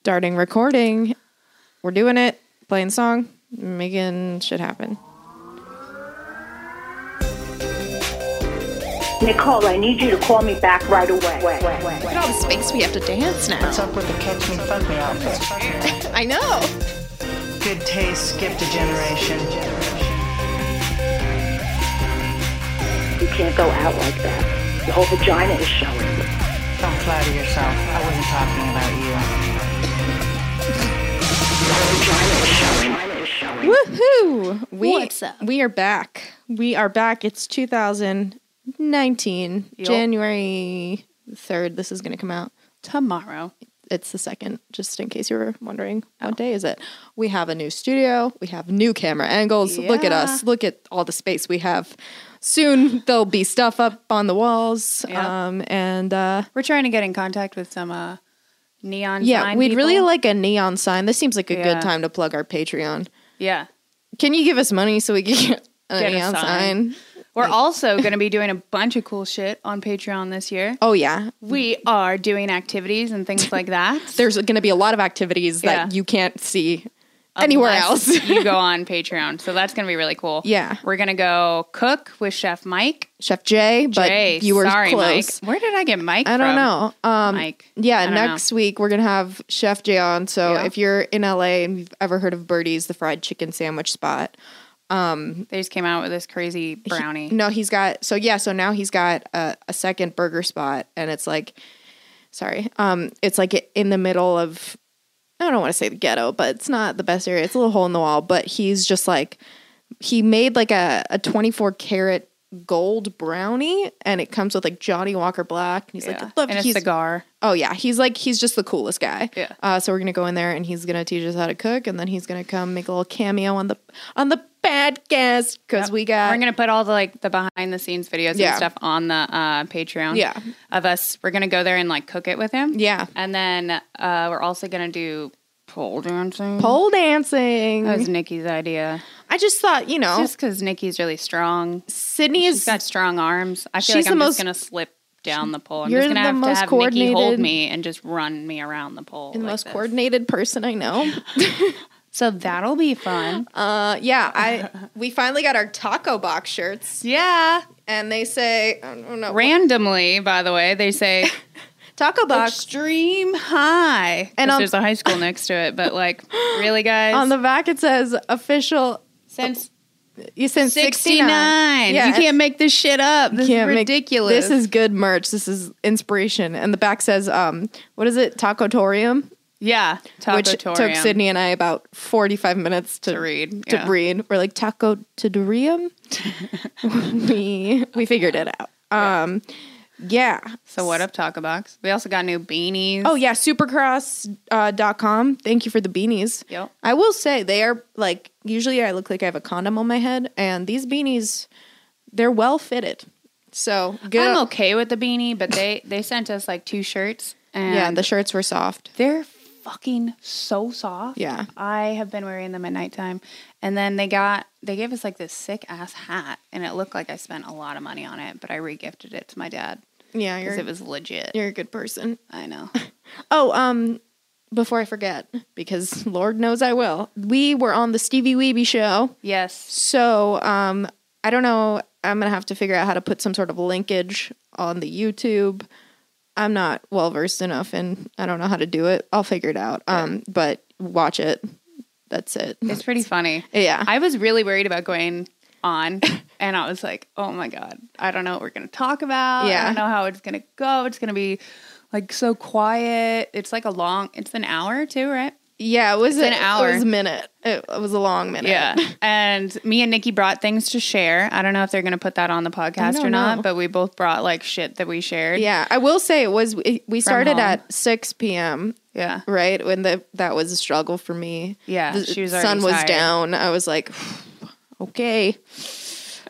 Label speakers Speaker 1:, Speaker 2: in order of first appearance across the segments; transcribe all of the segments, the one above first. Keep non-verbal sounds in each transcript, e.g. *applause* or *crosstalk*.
Speaker 1: Starting recording. We're doing it, playing song, making shit happen.
Speaker 2: Nicole, I need you to call me back right away.
Speaker 1: All the space we have to dance now.
Speaker 3: What's up with the catch me, fuck me outfit?
Speaker 1: *laughs* I know.
Speaker 3: Good taste skipped a generation.
Speaker 2: You can't go out like that. Your whole vagina is showing.
Speaker 3: Don't flatter yourself. I wasn't talking about you.
Speaker 1: Woohoo! We,
Speaker 4: What's up?
Speaker 1: We are back. We are back. It's 2019, January 3rd. This is going to come out.
Speaker 4: tomorrow.
Speaker 1: It's the second, just in case you were wondering
Speaker 4: Oh.
Speaker 1: what day is it. We have a new studio. We have new camera angles. Look at us. Look at all the space we have. Soon there'll be stuff up on the walls.
Speaker 4: Yep.
Speaker 1: Um, and uh,
Speaker 4: We're trying to get in contact with some uh, neon.
Speaker 1: yeah,
Speaker 4: sign
Speaker 1: we'd really
Speaker 4: people.
Speaker 1: like a neon sign. This seems like a
Speaker 4: Yeah.
Speaker 1: good time to plug our Patreon.
Speaker 4: Yeah,
Speaker 1: Can you give us money so we can get a
Speaker 4: Get a
Speaker 1: neon
Speaker 4: sign.
Speaker 1: sign? *laughs*
Speaker 4: we're also going to be doing a bunch of cool shit on Patreon this year.
Speaker 1: Oh, yeah.
Speaker 4: We are doing activities and things like that.
Speaker 1: *laughs* there's going to be a lot of activities
Speaker 4: Yeah.
Speaker 1: that you can't see anywhere
Speaker 4: Unless
Speaker 1: else. *laughs*
Speaker 4: *laughs* you go on Patreon, so that's going to be really cool.
Speaker 1: Yeah.
Speaker 4: we're going to go cook with Chef Mike.
Speaker 1: Chef Jay, but
Speaker 4: Jay,
Speaker 1: you were
Speaker 4: sorry,
Speaker 1: close.
Speaker 4: Mike. Where did I get Mike?
Speaker 1: I don't
Speaker 4: from?
Speaker 1: know. Um,
Speaker 4: Mike. I
Speaker 1: Yeah,
Speaker 4: don't know.
Speaker 1: next week we're gonna have Chef Jay on. So
Speaker 4: Yeah.
Speaker 1: if you're in LA and you've ever heard of Birdie's, the fried chicken sandwich spot,
Speaker 4: They just came out with this crazy brownie.
Speaker 1: no, he's got. So yeah, so now he's got a, a second burger spot, and it's like, sorry, um, it's like in the middle of, I don't want to say the ghetto, but it's not the best area. It's a little hole in the wall, but he's just like, he made like a a twenty four karat gold brownie, and it comes with like Johnny Walker Black, and he's
Speaker 4: Yeah.
Speaker 1: like, look,
Speaker 4: and a
Speaker 1: he's
Speaker 4: cigar.
Speaker 1: Oh yeah, he's like he's just the coolest guy.
Speaker 4: Yeah.
Speaker 1: Uh, so we're gonna go in there and he's gonna teach us how to cook, and then he's gonna come make a little cameo on the on the podcast because we got
Speaker 4: We're gonna put all the like the behind the scenes videos
Speaker 1: Uh, Yeah.
Speaker 4: and stuff on the uh, Patreon.
Speaker 1: Yeah.
Speaker 4: of us. We're gonna go there and like cook it with him.
Speaker 1: Yeah.
Speaker 4: and then uh, we're also gonna do pole dancing.
Speaker 1: pole dancing. Oh.
Speaker 4: That was Nikki's idea.
Speaker 1: I just thought you know
Speaker 4: Just because Nikki's really strong.
Speaker 1: Sydney
Speaker 4: She's
Speaker 1: is
Speaker 4: got strong arms. I feel
Speaker 1: She's
Speaker 4: like I'm
Speaker 1: the
Speaker 4: just
Speaker 1: most-
Speaker 4: gonna slip down the pole. I'm
Speaker 1: You're
Speaker 4: just gonna
Speaker 1: the
Speaker 4: have
Speaker 1: most
Speaker 4: to have Nikki hold
Speaker 1: coordinated-
Speaker 4: me and just run me around the pole.
Speaker 1: the
Speaker 4: like
Speaker 1: most
Speaker 4: this.
Speaker 1: coordinated person I know.
Speaker 4: *laughs* So that'll be
Speaker 1: *gasps*
Speaker 4: fun.
Speaker 1: Uh, yeah, I we finally got our taco box shirts,
Speaker 4: yeah.
Speaker 1: and they say I don't know
Speaker 4: Randomly, by the way,
Speaker 1: *laughs*
Speaker 4: they say
Speaker 1: taco box
Speaker 4: extreme high.
Speaker 1: And
Speaker 4: And
Speaker 1: on-
Speaker 4: there's a high school next to it,
Speaker 1: *laughs*
Speaker 4: but like, really, guys?
Speaker 1: on the back. It says official.
Speaker 4: since
Speaker 1: You sent
Speaker 4: 69,
Speaker 1: Yeah,
Speaker 4: you can't make this shit up. This
Speaker 1: can't
Speaker 4: is
Speaker 1: make-
Speaker 4: ridiculous.
Speaker 1: this is good merch. This is inspiration. And the back says, um, what is it? Tacotorium,
Speaker 4: yeah,
Speaker 1: which
Speaker 4: Tacotorium.
Speaker 1: took Sydney and I about 45 minutes to,
Speaker 4: To read,
Speaker 1: To
Speaker 4: yeah.
Speaker 1: read. We're like, Taco Todorium?
Speaker 4: *laughs*
Speaker 1: we, we figured it out. Um, yeah.
Speaker 4: So what up, Taco Box? We also got new beanies.
Speaker 1: Oh, yeah. Supercross.com. Uh, dot com. Thank you for the beanies.
Speaker 4: Yep.
Speaker 1: I will say they are like, usually I look like I have a condom on my head, and these beanies, they're well fitted. So good.
Speaker 4: I'm okay with the beanie, but they they sent us like two shirts, and
Speaker 1: Yeah, the shirts were soft.
Speaker 4: they're fucking so soft.
Speaker 1: Yeah.
Speaker 4: I have been wearing them at nighttime, and then they got they gave us like this sick ass hat, and it looked like I spent a lot of money on it, but I regifted it to my dad.
Speaker 1: Yeah,
Speaker 4: because
Speaker 1: you're,
Speaker 4: it was legit.
Speaker 1: you're a good person.
Speaker 4: I know.
Speaker 1: Oh, um, before I forget, because *laughs* Lord knows I will, we were on the Stevie Weeby show.
Speaker 4: *laughs* yes.
Speaker 1: So, um, I don't know. I'm going to have to figure out how to put some sort of linkage on the YouTube. I'm not well versed enough and I don't know how to do it. I'll figure it out. Um, but watch it. That's it.
Speaker 4: It's pretty funny.
Speaker 1: Yeah.
Speaker 4: I was really worried about going *laughs* on and I was like, oh my God, I don't know what we're going to talk about.
Speaker 1: Yeah.
Speaker 4: I don't know how it's going to go. It's going to be like so quiet. It's like a long, it's an hour too, right?
Speaker 1: yeah, it was
Speaker 4: It's an
Speaker 1: a- It
Speaker 4: hour.
Speaker 1: was a minute. It, it was a long minute.
Speaker 4: *laughs* and me and Nikki brought things to share. I don't know if they're going to put that on the podcast
Speaker 1: don't
Speaker 4: or not,
Speaker 1: know.
Speaker 4: but we both brought like shit that we shared.
Speaker 1: Yeah, I will say it was. we- We started
Speaker 4: home.
Speaker 1: at six p.m.
Speaker 4: Yeah.
Speaker 1: right when the that was a struggle for me.
Speaker 4: Yeah,
Speaker 1: the
Speaker 4: she was already
Speaker 1: sun was
Speaker 4: tired.
Speaker 1: down. I was like, *sighs* okay,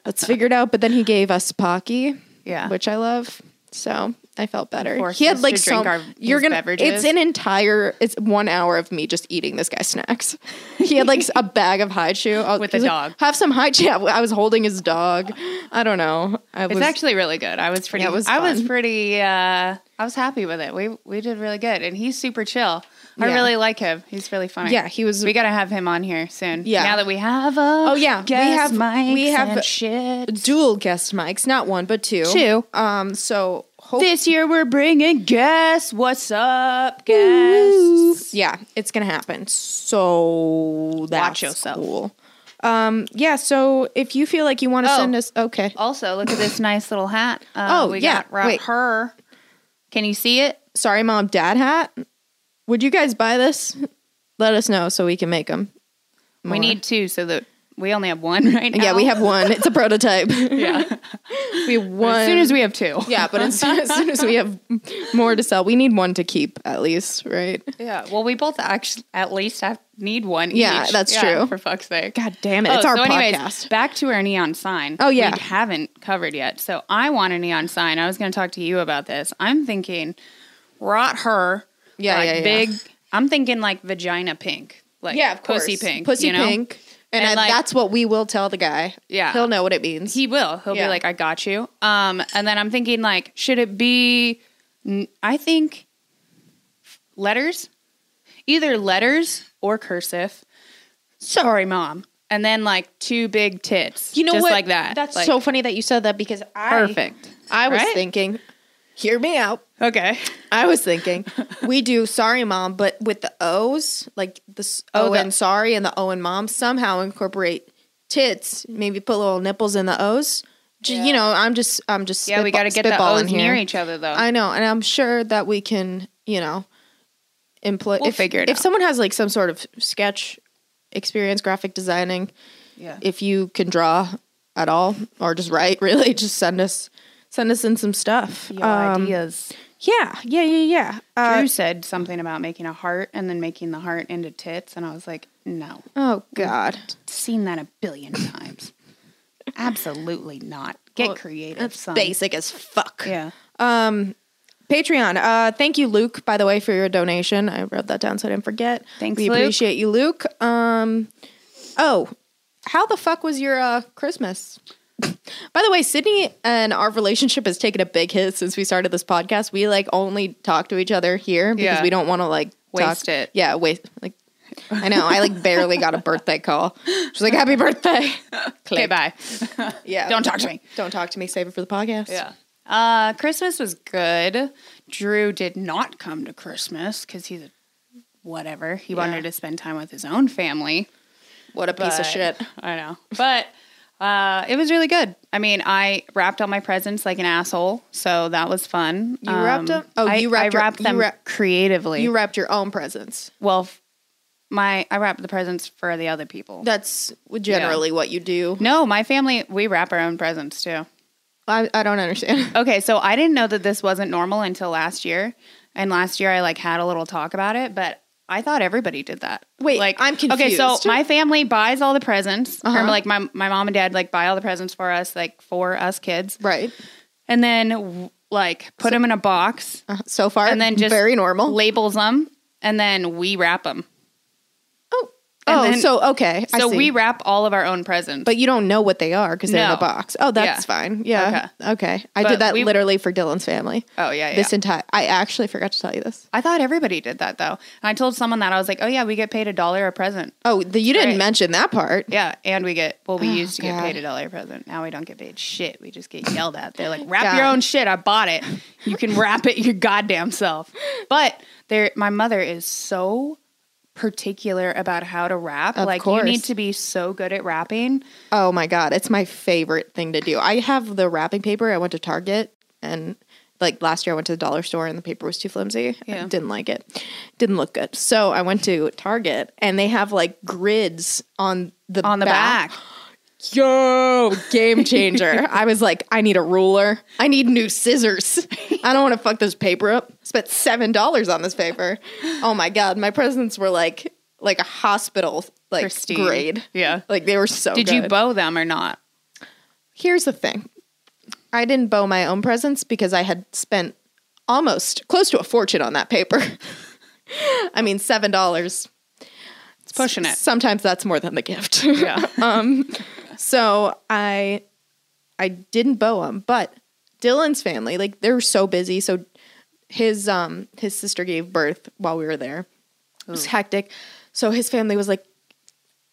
Speaker 1: let's figure it out. But then he gave us Pocky,
Speaker 4: Yeah.
Speaker 1: which I love. So I felt better.
Speaker 4: forced
Speaker 1: He had
Speaker 4: us
Speaker 1: like
Speaker 4: to drink
Speaker 1: some.
Speaker 4: our-
Speaker 1: you're
Speaker 4: these
Speaker 1: gonna. It's
Speaker 4: beverages.
Speaker 1: an entire. It's one hour of me just eating this guy's snacks. *laughs* He had like
Speaker 4: *laughs*
Speaker 1: a bag of haichu I was-
Speaker 4: With
Speaker 1: he
Speaker 4: a
Speaker 1: was like,
Speaker 4: dog.
Speaker 1: Have some haichu. Yeah, I was holding his dog. I don't know. I
Speaker 4: It's
Speaker 1: was
Speaker 4: actually really good. I was pretty.
Speaker 1: Yeah, it was
Speaker 4: I was
Speaker 1: fun.
Speaker 4: pretty. Uh, I was happy with it. We we did really good, and he's super chill. I
Speaker 1: Yeah.
Speaker 4: really like him. He's really funny.
Speaker 1: Yeah, he was-
Speaker 4: We gotta have him on here soon.
Speaker 1: Yeah.
Speaker 4: Now that we have a
Speaker 1: Oh, yeah, we
Speaker 4: guest
Speaker 1: have- we
Speaker 4: mics
Speaker 1: have-
Speaker 4: and shit.
Speaker 1: Dual guest mics, not one but two.
Speaker 4: Two.
Speaker 1: Um. So hope
Speaker 4: This year we're bringing guests. What's up,
Speaker 1: Ooh.
Speaker 4: guests?
Speaker 1: Yeah, it's gonna happen. So that's
Speaker 4: Watch yourself.
Speaker 1: cool. Um, yeah. So if you feel like you want to
Speaker 4: Oh.
Speaker 1: send us, okay.
Speaker 4: Also, look at this nice little hat. Uh,
Speaker 1: Oh,
Speaker 4: we
Speaker 1: yeah,
Speaker 4: got Rob
Speaker 1: wait.
Speaker 4: her. Can you see it?
Speaker 1: Sorry, mom, dad hat. Would you guys buy this? Let us know so we can make them.
Speaker 4: We need two, so that we only have one *laughs* right now.
Speaker 1: Yeah, we have one. It's a
Speaker 4: *laughs*
Speaker 1: prototype. yeah, *laughs* we have one.
Speaker 4: As soon as we have two.
Speaker 1: yeah, but as soon, as soon as we have more to sell, we need one to keep at least, right?
Speaker 4: Yeah. Well, we both actually at least have need one.
Speaker 1: Yeah,
Speaker 4: each.
Speaker 1: that's true.
Speaker 4: For fuck's sake. Oh,
Speaker 1: God damn it! it's our podcast.
Speaker 4: back to our neon sign.
Speaker 1: Oh, yeah.
Speaker 4: we haven't covered yet. So I want a neon sign. I was going to talk to you about this. I'm thinking, rot her.
Speaker 1: Yeah,
Speaker 4: like
Speaker 1: yeah, yeah.
Speaker 4: big. I'm thinking like vagina pink, like
Speaker 1: yeah, of
Speaker 4: pussy
Speaker 1: course.
Speaker 4: pink,
Speaker 1: pussy
Speaker 4: you know?
Speaker 1: pink, and,
Speaker 4: And,
Speaker 1: I-
Speaker 4: like-
Speaker 1: that's what we will tell the guy.
Speaker 4: Yeah.
Speaker 1: he'll know what it means.
Speaker 4: He will. He'll
Speaker 1: Yeah.
Speaker 4: be like, I got you. Um, and then I'm thinking like, should it be? n- I think letters, either letters or cursive. Sorry, mom. And then like two big tits.
Speaker 1: You know
Speaker 4: just
Speaker 1: what?
Speaker 4: Like that.
Speaker 1: That's
Speaker 4: Like,
Speaker 1: so funny that you said that because I
Speaker 4: perfect.
Speaker 1: I was
Speaker 4: Right?
Speaker 1: thinking. Hear me out.
Speaker 4: Okay.
Speaker 1: I was
Speaker 4: *laughs*
Speaker 1: thinking we do sorry mom, but with the O's, like the s- O
Speaker 4: Oh, the-
Speaker 1: and sorry and the O and mom, somehow incorporate tits. Maybe put little nipples in the O's. J- You know, I'm just, I'm just.
Speaker 4: Yeah, we
Speaker 1: spitball-
Speaker 4: got to get the
Speaker 1: spitballing
Speaker 4: O's
Speaker 1: here.
Speaker 4: near each other though.
Speaker 1: I know, and I'm sure that we can, you know, employ.
Speaker 4: We'll
Speaker 1: if,
Speaker 4: figure it
Speaker 1: If
Speaker 4: out.
Speaker 1: someone has like some sort of sketch experience, graphic designing,
Speaker 4: yeah.
Speaker 1: if you can draw at all or just write *laughs* really just send us send us in some stuff Um,
Speaker 4: ideas.
Speaker 1: yeah yeah yeah yeah uh,
Speaker 4: Drew said something about making a heart and then making the heart into tits, and I was like, no,
Speaker 1: oh god
Speaker 4: seen that a billion times. Absolutely not. Get creative. son.
Speaker 1: basic as fuck
Speaker 4: Yeah.
Speaker 1: patreon uh thank you luke by the way for your donation i wrote that down so i didn't forget
Speaker 4: Thanks,
Speaker 1: we
Speaker 4: Luke.
Speaker 1: appreciate you luke um oh how the fuck was your uh christmas *laughs* by the way sydney and our relationship has taken a big hit since we started this podcast we like only talk to each other here because
Speaker 4: Yeah.
Speaker 1: we don't want to like
Speaker 4: Waste it.
Speaker 1: yeah waste like i know i
Speaker 4: *laughs*
Speaker 1: like barely got a birthday call she's like happy birthday
Speaker 4: Okay,
Speaker 1: Click.
Speaker 4: bye.
Speaker 1: yeah
Speaker 4: Don't talk to me.
Speaker 1: don't talk to me save it for the podcast
Speaker 4: Uh, Christmas was good. Drew did not come to Christmas because he's a whatever. He wanted to spend time with his own family.
Speaker 1: what a piece of
Speaker 4: but-
Speaker 1: shit
Speaker 4: I know. But uh, it was really good. I mean, I wrapped all my presents like an asshole, so that was fun. Um,
Speaker 1: You wrapped them? Oh,
Speaker 4: I,
Speaker 1: you wrapped
Speaker 4: I
Speaker 1: your-
Speaker 4: wrapped
Speaker 1: you
Speaker 4: them
Speaker 1: wrap-
Speaker 4: creatively.
Speaker 1: you wrapped your own presents
Speaker 4: well, f- my I wrapped the presents for the other people.
Speaker 1: That's generally what you do.
Speaker 4: no, my family we wrap our own presents too.
Speaker 1: I, I don't
Speaker 4: *laughs*
Speaker 1: understand.
Speaker 4: Okay, so I didn't know that this wasn't normal until last year. And last year I like had a little talk about it, but I thought everybody did that.
Speaker 1: Wait,
Speaker 4: like
Speaker 1: I'm
Speaker 4: Okay, so
Speaker 1: confused. Uh-huh.
Speaker 4: my family buys all the presents. Or like my my mom and dad like buy all the presents for us, like for us kids,
Speaker 1: Right.
Speaker 4: and then w- like put them in a box,
Speaker 1: Uh, so far,
Speaker 4: and then just
Speaker 1: very normal.
Speaker 4: labels them, and then we wrap them.
Speaker 1: oh,
Speaker 4: and
Speaker 1: oh,
Speaker 4: then-
Speaker 1: so okay. I
Speaker 4: So
Speaker 1: see.
Speaker 4: we wrap all of our own presents.
Speaker 1: but you don't know what they are because they're in a
Speaker 4: No.
Speaker 1: box. Oh, that's
Speaker 4: Yeah.
Speaker 1: fine. Yeah. Okay. I
Speaker 4: But
Speaker 1: did that
Speaker 4: we-
Speaker 1: literally for Dylan's family.
Speaker 4: oh yeah, yeah.
Speaker 1: This entire, I actually forgot to tell you this.
Speaker 4: I thought everybody did that though. And I told someone that I was like, oh yeah, we get paid a dollar a present.
Speaker 1: Oh, the, you didn't
Speaker 4: Right.
Speaker 1: mention that part.
Speaker 4: Yeah, and we get well, we used to
Speaker 1: Oh, God.
Speaker 4: get paid a dollar a present. Now we don't get paid shit. We just get yelled at. They're like, wrap
Speaker 1: God.
Speaker 4: your own shit. I bought it. You can wrap it your goddamn self. But there, my mother is so particular about how to wrap.
Speaker 1: Of
Speaker 4: like
Speaker 1: course.
Speaker 4: you need to be so good at wrapping.
Speaker 1: Oh my god, it's my favorite thing to do. I have the wrapping paper. I went to Target and like last year I went to the dollar store and the paper was too flimsy.
Speaker 4: Yeah.
Speaker 1: I didn't like it. Didn't look good. So I went to Target and they have like grids on the
Speaker 4: On the back.
Speaker 1: Yo, game
Speaker 4: *laughs*
Speaker 1: changer. I was like, I need a ruler. I need new scissors. I don't want to fuck this paper up. Spent seven dollars on this paper. Oh my god, my presents were like like a hospital like
Speaker 4: Pristine.
Speaker 1: grade.
Speaker 4: Yeah.
Speaker 1: Like they were so
Speaker 4: Did you
Speaker 1: Oh, good
Speaker 4: bow them or not?
Speaker 1: here's the thing i didn't bow my own presents because i had spent almost close to a fortune on that paper *laughs* i mean seven dollars
Speaker 4: It's pushing it.
Speaker 1: sometimes that's more than the gift *laughs* Um,
Speaker 4: Yeah.
Speaker 1: so i i didn't bow him but dylan's family like they're so busy so his um his sister gave birth while we were there It was hectic. So his family was like,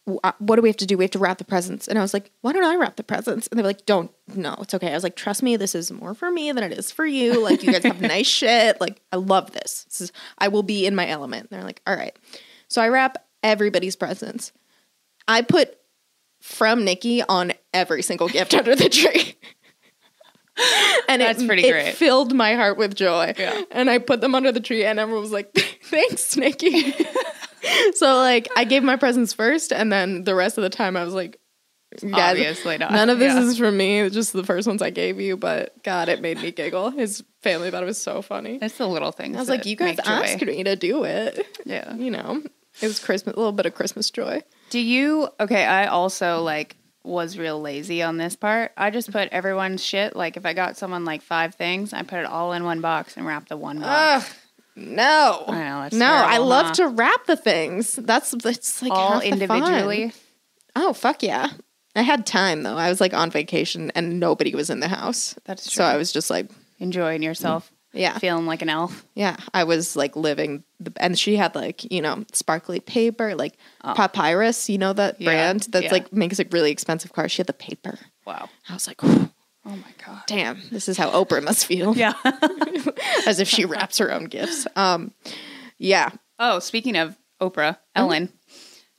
Speaker 1: "Wh- uh, what do we have to do? We have to wrap the presents. And I was like, why don't I wrap the presents? And they were like, don't, no, it's okay. I was like, trust me, this is more for me than it is for you. Like, you guys
Speaker 4: *laughs*
Speaker 1: have nice shit. Like, I love this. This is, I will be in my element. And they're like, all right. So I wrap everybody's presents. I put from Nikki on every single gift *laughs* under the tree. And
Speaker 4: That's
Speaker 1: it,
Speaker 4: pretty
Speaker 1: it
Speaker 4: great.
Speaker 1: filled my heart with joy.
Speaker 4: Yeah.
Speaker 1: And I put them under the tree, and everyone was like, *laughs* "Thanks, Nikki." so like, I gave my presents first, and then the rest of the time, I was like, "You guys,
Speaker 4: Obviously not.
Speaker 1: None of this
Speaker 4: Yeah.
Speaker 1: is for me. It's just the first ones I gave you." But God, it made me giggle. His family thought it was so funny.
Speaker 4: It's the little things.
Speaker 1: I was like,
Speaker 4: that
Speaker 1: "You guys
Speaker 4: make joy.
Speaker 1: asked me to do it."
Speaker 4: Yeah.
Speaker 1: You know, it was Christmas, a little bit of Christmas joy.
Speaker 4: Do you? Okay, I also like was real lazy on this part. I just
Speaker 1: Mm-hmm.
Speaker 4: put everyone's shit. Like if I got someone like five things, I put it all in one box and wrap the one box.
Speaker 1: No,
Speaker 4: I know, it's
Speaker 1: no, I
Speaker 4: terrible,
Speaker 1: love
Speaker 4: huh?
Speaker 1: to wrap the things. That's that's like
Speaker 4: all
Speaker 1: half the fun.
Speaker 4: individually.
Speaker 1: Oh fuck yeah! I had time though. I was like on vacation and nobody was in the house.
Speaker 4: That's
Speaker 1: So
Speaker 4: true.
Speaker 1: I was just like,
Speaker 4: Enjoying yourself.
Speaker 1: Mm-hmm. Yeah.
Speaker 4: Feeling like an elf.
Speaker 1: yeah, I was like living. The, and she had like you know sparkly paper, like Papyrus. You know that
Speaker 4: Oh. Yeah,
Speaker 1: brand that's
Speaker 4: yeah.
Speaker 1: like makes a really expensive car. She had the paper.
Speaker 4: Wow.
Speaker 1: I was like,
Speaker 4: Oh my god.
Speaker 1: damn, this is how Oprah must feel.
Speaker 4: Yeah.
Speaker 1: *laughs*
Speaker 4: *laughs*
Speaker 1: as if she wraps her own gifts. Um, yeah.
Speaker 4: oh, speaking of Oprah,
Speaker 1: Mm-hmm.
Speaker 4: Ellen.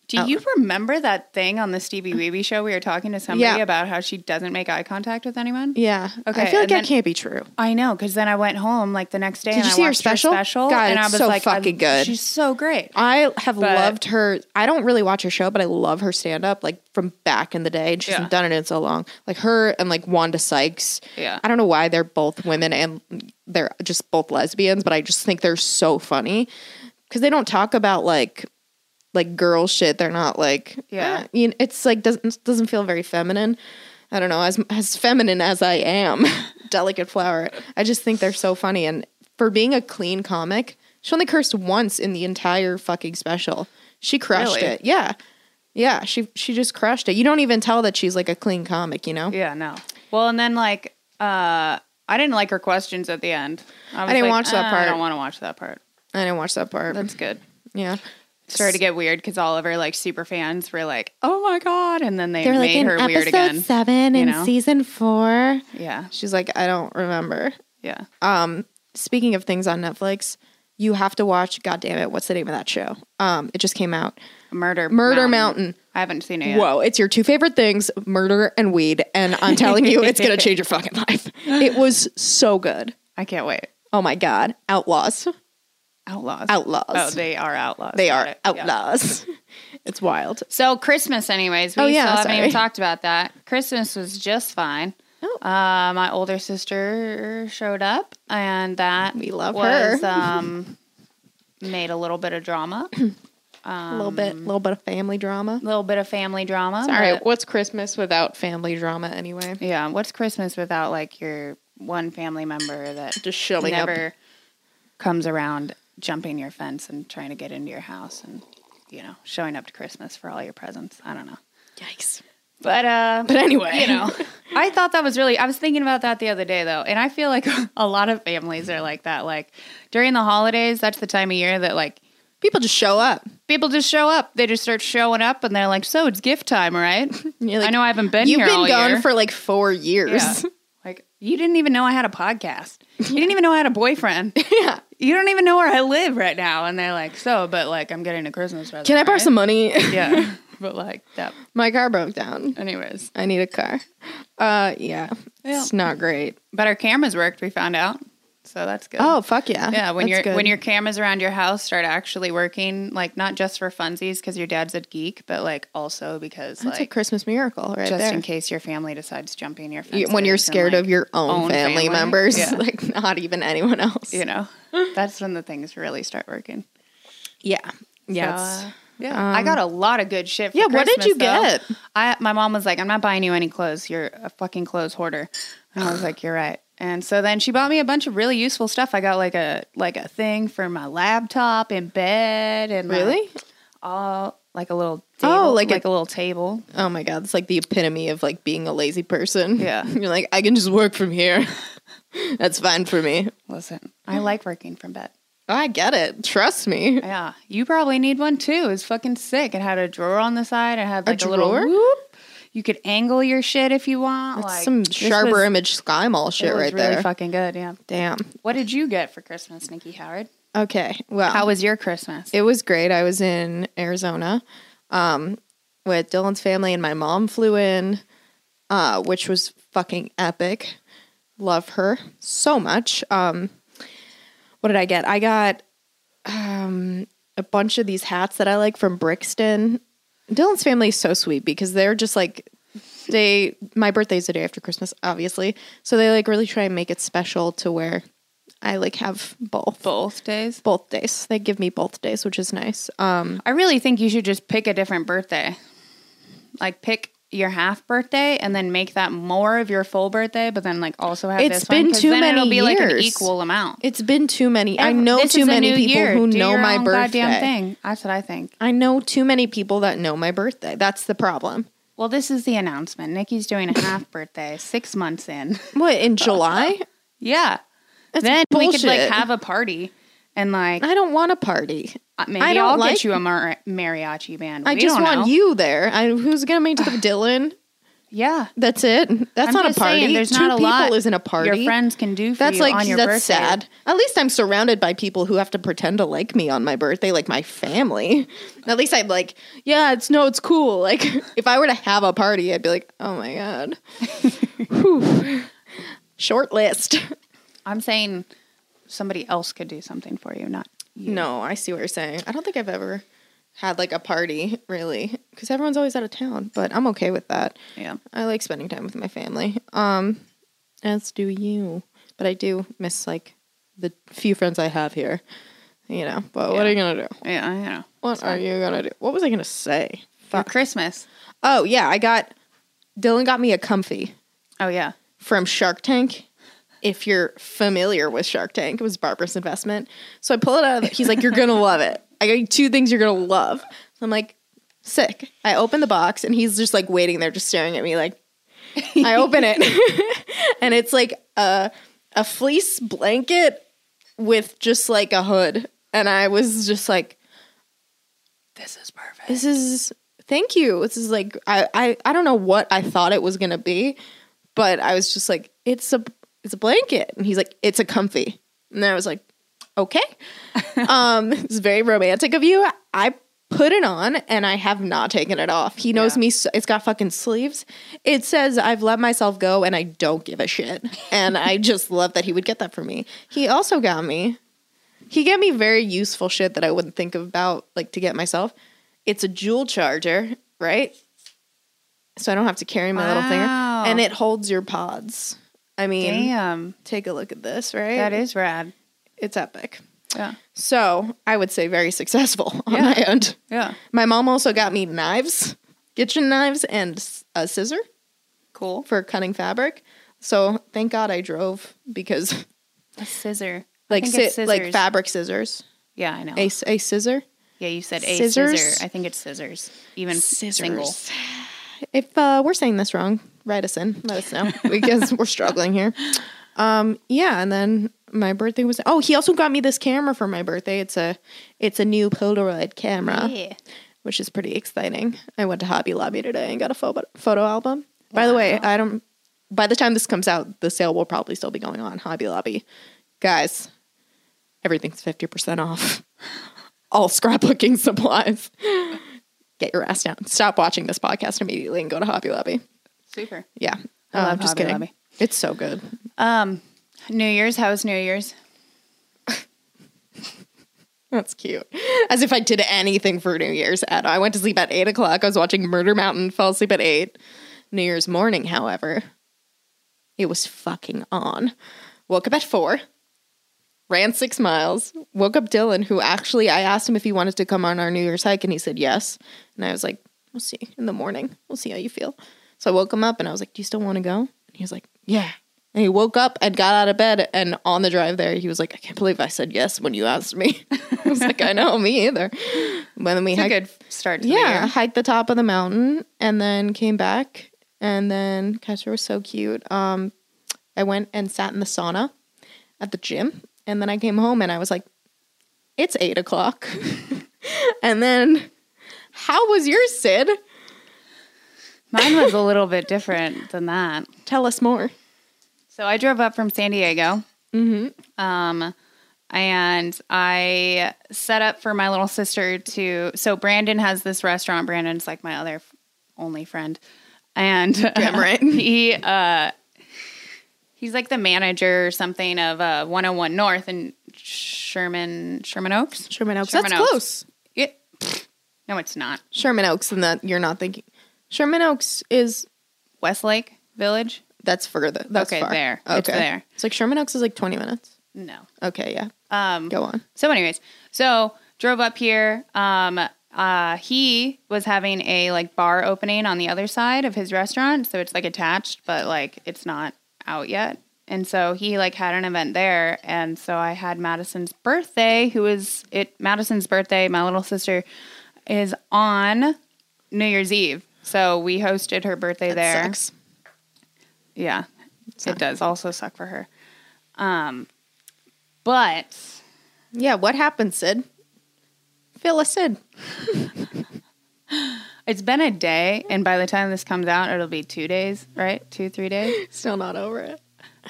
Speaker 4: Do
Speaker 1: Oh.
Speaker 4: you remember that thing on the Stevie Weeby show? We were talking to somebody
Speaker 1: Mm. Yeah.
Speaker 4: about how she doesn't make eye contact with anyone.
Speaker 1: Yeah. I feel like
Speaker 4: Okay, and
Speaker 1: that
Speaker 4: then-
Speaker 1: can't be true.
Speaker 4: I know, because then I went home like the next day.
Speaker 1: Did
Speaker 4: and
Speaker 1: you
Speaker 4: I
Speaker 1: see her
Speaker 4: watched
Speaker 1: special?
Speaker 4: special?
Speaker 1: God,
Speaker 4: and I
Speaker 1: it's
Speaker 4: was
Speaker 1: so
Speaker 4: like, I-
Speaker 1: fucking good.
Speaker 4: She's so great.
Speaker 1: I have
Speaker 4: But-
Speaker 1: loved her. I don't really watch her show, but I love her stand up like from back in the day. And she
Speaker 4: Yeah.
Speaker 1: hasn't done it in so long. Like her and like Wanda Sykes.
Speaker 4: Yeah.
Speaker 1: I don't know why they're both women and they're just both lesbians, but I just think they're so funny because they don't talk about like like girl shit. They're not like
Speaker 4: Yeah.
Speaker 1: "Ah," you know, it's like doesn't doesn't feel very feminine. I don't know as as feminine as I am, *laughs* delicate flower. I just think they're so funny and for being a clean comic, she only cursed once in the entire fucking special. She crushed
Speaker 4: Really?
Speaker 1: it. Yeah. Yeah, she she just crushed it. You don't even tell that she's like a clean comic, you know?
Speaker 4: Yeah, no. Well, and then like uh I didn't like her questions at the end. I, was
Speaker 1: didn't
Speaker 4: like,
Speaker 1: watch that
Speaker 4: "Uh, I
Speaker 1: part."
Speaker 4: don't want to watch that part.
Speaker 1: I didn't watch that part.
Speaker 4: That's good.
Speaker 1: yeah.
Speaker 4: It started to get weird because all of her like super fans were like, "Oh my god!" and then they made her weird again.
Speaker 1: seven
Speaker 4: you in know?
Speaker 1: season four.
Speaker 4: Yeah,
Speaker 1: She's like, I don't remember.
Speaker 4: yeah.
Speaker 1: Speaking of things on Netflix, you have to watch. God damn it, what's the name of that show? Um, it just came out.
Speaker 4: Murder,
Speaker 1: Murder Mountain.
Speaker 4: I haven't seen it yet.
Speaker 1: Whoa, it's your two favorite things, murder and weed, and I'm telling you, it's gonna change your fucking life.
Speaker 4: *laughs*
Speaker 1: It was so good.
Speaker 4: I can't wait.
Speaker 1: Oh my god, outlaws.
Speaker 4: Outlaws.
Speaker 1: Outlaws.
Speaker 4: Oh, they are outlaws.
Speaker 1: They
Speaker 4: Got
Speaker 1: are
Speaker 4: it. Yeah.
Speaker 1: outlaws. *laughs* It's wild.
Speaker 4: So Christmas, anyways, we
Speaker 1: Oh, yeah,
Speaker 4: still haven't even
Speaker 1: sorry.
Speaker 4: talked about that. Christmas was just fine.
Speaker 1: Oh.
Speaker 4: Uh, my older sister showed up, and that
Speaker 1: We love
Speaker 4: was,
Speaker 1: *laughs* her.
Speaker 4: um, made a little bit of drama, *clears throat*
Speaker 1: a little bit,
Speaker 4: Um,
Speaker 1: little bit of family drama.
Speaker 4: a little bit of family drama.
Speaker 1: All right,
Speaker 4: but-
Speaker 1: what's Christmas without family drama anyway?
Speaker 4: yeah. What's Christmas without like your one family member that
Speaker 1: Just showing up.
Speaker 4: never comes around, jumping your fence and trying to get into your house, and you know, showing up to Christmas for all your presents? I don't know.
Speaker 1: Yikes.
Speaker 4: But uh
Speaker 1: But anyway,
Speaker 4: you know, *laughs* I thought that was really I was thinking about that the other day though, and I feel like *laughs* a lot of families are like that like during the holidays, that's the time of year that like
Speaker 1: people just show up.
Speaker 4: people just show up. They just start showing up and they're like, "So, it's gift
Speaker 1: *laughs*
Speaker 4: time, right?"
Speaker 1: You're like,
Speaker 4: I know I haven't been
Speaker 1: You've
Speaker 4: here
Speaker 1: been
Speaker 4: all
Speaker 1: gone
Speaker 4: year."
Speaker 1: for like four *laughs*
Speaker 4: Yeah.
Speaker 1: years.
Speaker 4: *laughs* Like, you didn't even know I had
Speaker 1: *laughs*
Speaker 4: a podcast. You didn't even know I had a boyfriend. Yeah. You don't even know where I live right now. And they're like, so, but like, I'm getting a Christmas present.
Speaker 1: Can I borrow
Speaker 4: right?"
Speaker 1: some money? *laughs*
Speaker 4: Yeah. *laughs* but like, that,
Speaker 1: My car broke down.
Speaker 4: anyways.
Speaker 1: I need a car. Uh, yeah,
Speaker 4: Yeah.
Speaker 1: it's not great.
Speaker 4: But our cameras worked, we found out. So that's good.
Speaker 1: Oh fuck *laughs* yeah!
Speaker 4: Yeah, when
Speaker 1: That's
Speaker 4: your
Speaker 1: good.
Speaker 4: when your cameras around your house start actually working, like not just for funsies because your dad's a geek, but like also because
Speaker 1: that's a
Speaker 4: like
Speaker 1: Christmas miracle right
Speaker 4: just
Speaker 1: there.
Speaker 4: in case your family decides jumping your
Speaker 1: You-
Speaker 4: fence.
Speaker 1: when you're scared of your own, family, members,
Speaker 4: yeah.
Speaker 1: *laughs* like not even anyone else.
Speaker 4: you know, that's when the things really start working.
Speaker 1: Yeah, yeah,
Speaker 4: So,
Speaker 1: it's- um,
Speaker 4: uh, yeah. I got a lot of good shit. For
Speaker 1: Yeah, what did
Speaker 4: Christmas,
Speaker 1: you
Speaker 4: though.
Speaker 1: get?
Speaker 4: I my mom was like, "I'm not buying you any clothes. You're a fucking clothes hoarder." And I was like, "You're right." And so then she bought me a bunch of really useful stuff. I got like a like a thing for my laptop and bed and my-
Speaker 1: really.
Speaker 4: all like a little table,
Speaker 1: Oh, like
Speaker 4: like
Speaker 1: a-
Speaker 4: a, little table.
Speaker 1: Oh my god, it's like the epitome of like being a lazy person.
Speaker 4: Yeah.
Speaker 1: *laughs* you're like I can just work from here. *laughs* that's fine for me. Oh,
Speaker 4: Listen, I like working from bed.
Speaker 1: I get it. Trust me.
Speaker 4: Yeah, you probably need one too. It's fucking sick. It had a drawer on the side. It had
Speaker 1: A
Speaker 4: like a, little
Speaker 1: drawer?
Speaker 4: whoop. You could angle your shit if you want.
Speaker 1: That's
Speaker 4: like,
Speaker 1: some
Speaker 4: this
Speaker 1: sharper
Speaker 4: was-
Speaker 1: image sky mall
Speaker 4: it
Speaker 1: shit
Speaker 4: was
Speaker 1: right
Speaker 4: really
Speaker 1: there.
Speaker 4: Fucking good. Yeah.
Speaker 1: Damn.
Speaker 4: What did you get for Christmas, Nikki Howard?
Speaker 1: Okay. Well,
Speaker 4: How was your Christmas?
Speaker 1: it was great. I was in Arizona um, with Dylan's family, and my mom flew in, uh, which was fucking epic. Love her so much. Um, what did I get? I got um, a bunch of these hats that I like from Brixton. Dylan's family is so sweet because they're just like they. My birthday's the day after Christmas, obviously, so they like really try and make it special to where I like have both
Speaker 4: both days.
Speaker 1: both days. They give me both days, which is nice. Um,
Speaker 4: I really think you should just pick a different birthday. Like pick your half birthday and then make that more of your full birthday, but then like also have
Speaker 1: It's
Speaker 4: this one,
Speaker 1: been
Speaker 4: 'cause
Speaker 1: too
Speaker 4: then
Speaker 1: many
Speaker 4: it'll be like an
Speaker 1: years.
Speaker 4: equal amount.
Speaker 1: it's been too many. I know
Speaker 4: This
Speaker 1: too
Speaker 4: is a
Speaker 1: many
Speaker 4: new
Speaker 1: people
Speaker 4: year.
Speaker 1: who
Speaker 4: Do
Speaker 1: know
Speaker 4: your
Speaker 1: my
Speaker 4: own
Speaker 1: birthday.
Speaker 4: Goddamn thing. That's what I think.
Speaker 1: I know too many people that know my birthday. That's the problem.
Speaker 4: Well, this is the announcement. Nikki's doing
Speaker 1: *coughs*
Speaker 4: a half birthday, six months in. *laughs*
Speaker 1: What in July?
Speaker 4: yeah. Uh, then we could like
Speaker 1: bullshit.
Speaker 4: have a party and like
Speaker 1: I don't want a party.
Speaker 4: uh, maybe
Speaker 1: I
Speaker 4: I
Speaker 1: don't
Speaker 4: will
Speaker 1: like-
Speaker 4: get you a mar- mariachi band.
Speaker 1: I
Speaker 4: We
Speaker 1: just
Speaker 4: don't
Speaker 1: want
Speaker 4: know.
Speaker 1: you there. I, who's gonna
Speaker 4: *sighs*
Speaker 1: make it to the Dylan?
Speaker 4: Yeah.
Speaker 1: That's it. That's
Speaker 4: I'm
Speaker 1: not a
Speaker 4: just
Speaker 1: party.
Speaker 4: Saying, there's
Speaker 1: Two
Speaker 4: not a
Speaker 1: people
Speaker 4: lot
Speaker 1: isn't a party.
Speaker 4: Your friends can do for
Speaker 1: that's
Speaker 4: you
Speaker 1: like
Speaker 4: on your
Speaker 1: that's
Speaker 4: birthday.
Speaker 1: sad. At least I'm surrounded by people who have to pretend to like me on my birthday, like my family. *laughs* At least I'm like, yeah, it's no, it's cool. *laughs* Like if I were to have a party, I'd be like, oh my
Speaker 4: *laughs*
Speaker 1: god, Whew. short list.
Speaker 4: I'm saying somebody else could do something for you, not
Speaker 1: No, I see what you're saying. I don't think I've ever had like a party really because everyone's always out of town, but I'm okay with that.
Speaker 4: yeah.
Speaker 1: I like spending time with my family. Um, as do you. But I do miss like the few friends I have here. You know. But what are you gonna do?
Speaker 4: Yeah, you know.
Speaker 1: What are you gonna do? What was I gonna say?
Speaker 4: For Christmas.
Speaker 1: Oh yeah, I got Dylan got me a comfy
Speaker 4: Oh yeah.
Speaker 1: from Shark Tank. If you're familiar with Shark Tank, it was Barbara's investment. So I pull it out. Of the, he's like, "You're gonna love it. I got you two things you're gonna love." So I'm like, "Sick." I open the box, and he's just like waiting there, just staring at me. Like, I open it, *laughs* and it's like a a fleece blanket with just like a hood, and I was just like,
Speaker 4: This is perfect.
Speaker 1: this is thank you this is like I, I i don't know what i thought it was gonna be but i was just like it's a it's a blanket and he's like it's a comfy and then i was like okay um *laughs* it's very romantic of you i put it on and i have not taken it off he knows me so, it's got fucking sleeves it says i've let myself go and i don't give a shit and
Speaker 4: *laughs*
Speaker 1: i just love that he would get that for me he also got me he gave me very useful shit that I wouldn't think about, like to get myself. It's a jewel charger, right? So I don't have to carry my little thing,
Speaker 4: Wow.
Speaker 1: and it holds your pods. I mean,
Speaker 4: Damn.
Speaker 1: take a look at this, right?
Speaker 4: That is rad.
Speaker 1: it's epic.
Speaker 4: Yeah.
Speaker 1: So I would say very successful *laughs* on my end.
Speaker 4: Yeah.
Speaker 1: My mom also got me knives, kitchen knives, and s- a scissor
Speaker 4: Cool.
Speaker 1: for cutting fabric. So thank God I drove because
Speaker 4: A scissor.
Speaker 1: *laughs*
Speaker 4: I
Speaker 1: like
Speaker 4: think it's
Speaker 1: si- like
Speaker 4: scissors.
Speaker 1: fabric scissors,
Speaker 4: Yeah, I know.
Speaker 1: a, s- a scissor.
Speaker 4: yeah, you said a
Speaker 1: Scissors?
Speaker 4: scissor. I think it's scissors. Even single.
Speaker 1: If uh, we're saying this wrong, write us in. Let us
Speaker 4: *laughs*
Speaker 1: know because we're struggling here. Um, yeah, and then my birthday was. Oh, he also got me this camera for my birthday. It's a, it's a new Polaroid camera,
Speaker 4: Yeah.
Speaker 1: which is pretty exciting. I went to Hobby Lobby today and got a photo photo album. By the way, I don't. By the time this comes out, the sale will probably still be going on. Hobby Lobby, guys, everything's fifty percent off. *laughs* All scrapbooking supplies get your ass down. Stop watching this podcast immediately and go to Hobby Lobby.
Speaker 4: Super.
Speaker 1: Yeah.
Speaker 4: I
Speaker 1: Uh,
Speaker 4: love
Speaker 1: I'm just
Speaker 4: Hobby
Speaker 1: kidding.
Speaker 4: Lobby.
Speaker 1: It's so good.
Speaker 4: Um, New Year's. How was New Year's?
Speaker 1: That's cute. As if I did anything for New Year's at all. I went to sleep at eight o'clock. I was watching Murder Mountain, fell asleep at eight. New Year's morning, however, it was fucking on. Woke up at four, ran six miles, woke up Dylan, who actually I asked him if he wanted to come on our New Year's hike, and he said yes. And I was like, We'll see in the morning. We'll see how you feel. So I woke him up and I was like, Do you still want to go? And he was like, Yeah. And he woke up and got out of bed. And on the drive there, he was like, I can't believe I said yes when you asked me. *laughs* I was like, I know, me either. But then we
Speaker 4: It's a
Speaker 1: hiked-
Speaker 4: good start to the
Speaker 1: yeah,
Speaker 4: year.
Speaker 1: hiked the top of the mountain and then came back. And then Kesha was so cute. Um, I went and sat in the sauna at the gym. And then I came home and I was like, It's eight o'clock. *laughs* and then, how was yours, Sid?
Speaker 4: *laughs* Mine was a little bit different than that.
Speaker 1: Tell us more.
Speaker 4: So I drove up from San Diego. Mm-hmm. Um, and I set up for my little sister to. So Brandon has this restaurant. Brandon's like my other f- only friend, and *laughs*
Speaker 1: Damn right.
Speaker 4: he uh, he's like the manager or something of uh, 101 North in Sherman Sherman Oaks.
Speaker 1: Sherman Oaks.
Speaker 4: Sherman
Speaker 1: That's
Speaker 4: Oaks.
Speaker 1: close.
Speaker 4: It, pfft, no, it's not
Speaker 1: Sherman Oaks, and that you're not thinking. Sherman Oaks is
Speaker 4: Westlake Village.
Speaker 1: that's further. That's
Speaker 4: Okay,
Speaker 1: far.
Speaker 4: there. It's there.
Speaker 1: It's like Sherman Oaks is like twenty minutes.
Speaker 4: No,
Speaker 1: Okay, yeah.
Speaker 4: um,
Speaker 1: Go on.
Speaker 4: So, anyways, so drove up here. Um, uh, he was having a like bar opening on the other side of his restaurant, so it's like attached, but like it's not out yet. And so he like had an event there, and so I had Madison's birthday, who is it? Madison's birthday, my little sister, is on New Year's Eve, so we hosted her birthday
Speaker 1: That
Speaker 4: there.
Speaker 1: sucks.
Speaker 4: Yeah, it does also suck for her. Um, but
Speaker 1: Yeah. What happened, Sid? Fill us in.
Speaker 4: It's been a day, and by the time this comes out, it'll be two days, right? Two, three days.
Speaker 1: Still not over it.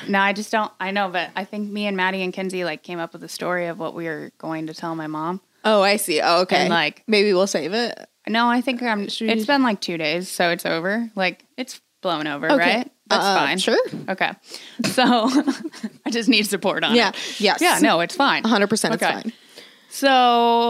Speaker 4: No, I just don't. I know, but I think me and Maddie and Kinsey like came up with a story of what we were going to tell my mom.
Speaker 1: Oh, I see. Oh, okay.
Speaker 4: And, like-
Speaker 1: maybe we'll save it.
Speaker 4: No, I think I'm. It's been like two days, so it's over. Like it's blown over,
Speaker 1: Okay.
Speaker 4: right? That's
Speaker 1: Uh,
Speaker 4: fine.
Speaker 1: Sure.
Speaker 4: Okay. *laughs* So I just need support on
Speaker 1: Yeah.
Speaker 4: it.
Speaker 1: Yes.
Speaker 4: Yeah. No, it's fine.
Speaker 1: Hundred percent. It's
Speaker 4: Okay.
Speaker 1: fine.
Speaker 4: So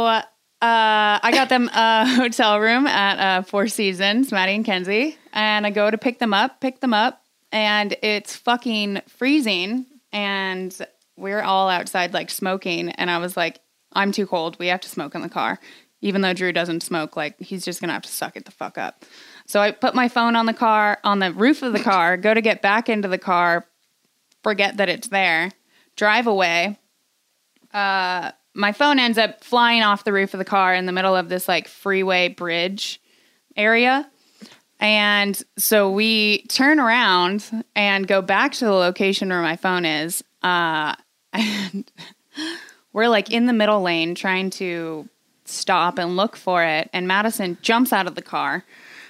Speaker 4: uh, I got them a *laughs* hotel room at uh, Four Seasons, Maddie and Kenzie, and I go to pick them up, pick them up, and it's fucking freezing, and we're all outside like smoking, and I was like, I'm too cold. We have to smoke in the car, even though Drew doesn't smoke. Like he's just gonna have to suck it the fuck up. So I put my phone on the car, on the roof of the car, go to get back into the car, forget that it's there, drive away, my phone ends up flying off the roof of the car in the middle of this like freeway bridge area. And so we turn around and go back to the location where my phone is. Uh, and we're like in the middle lane trying to stop and look for it. And Madison jumps out of the car.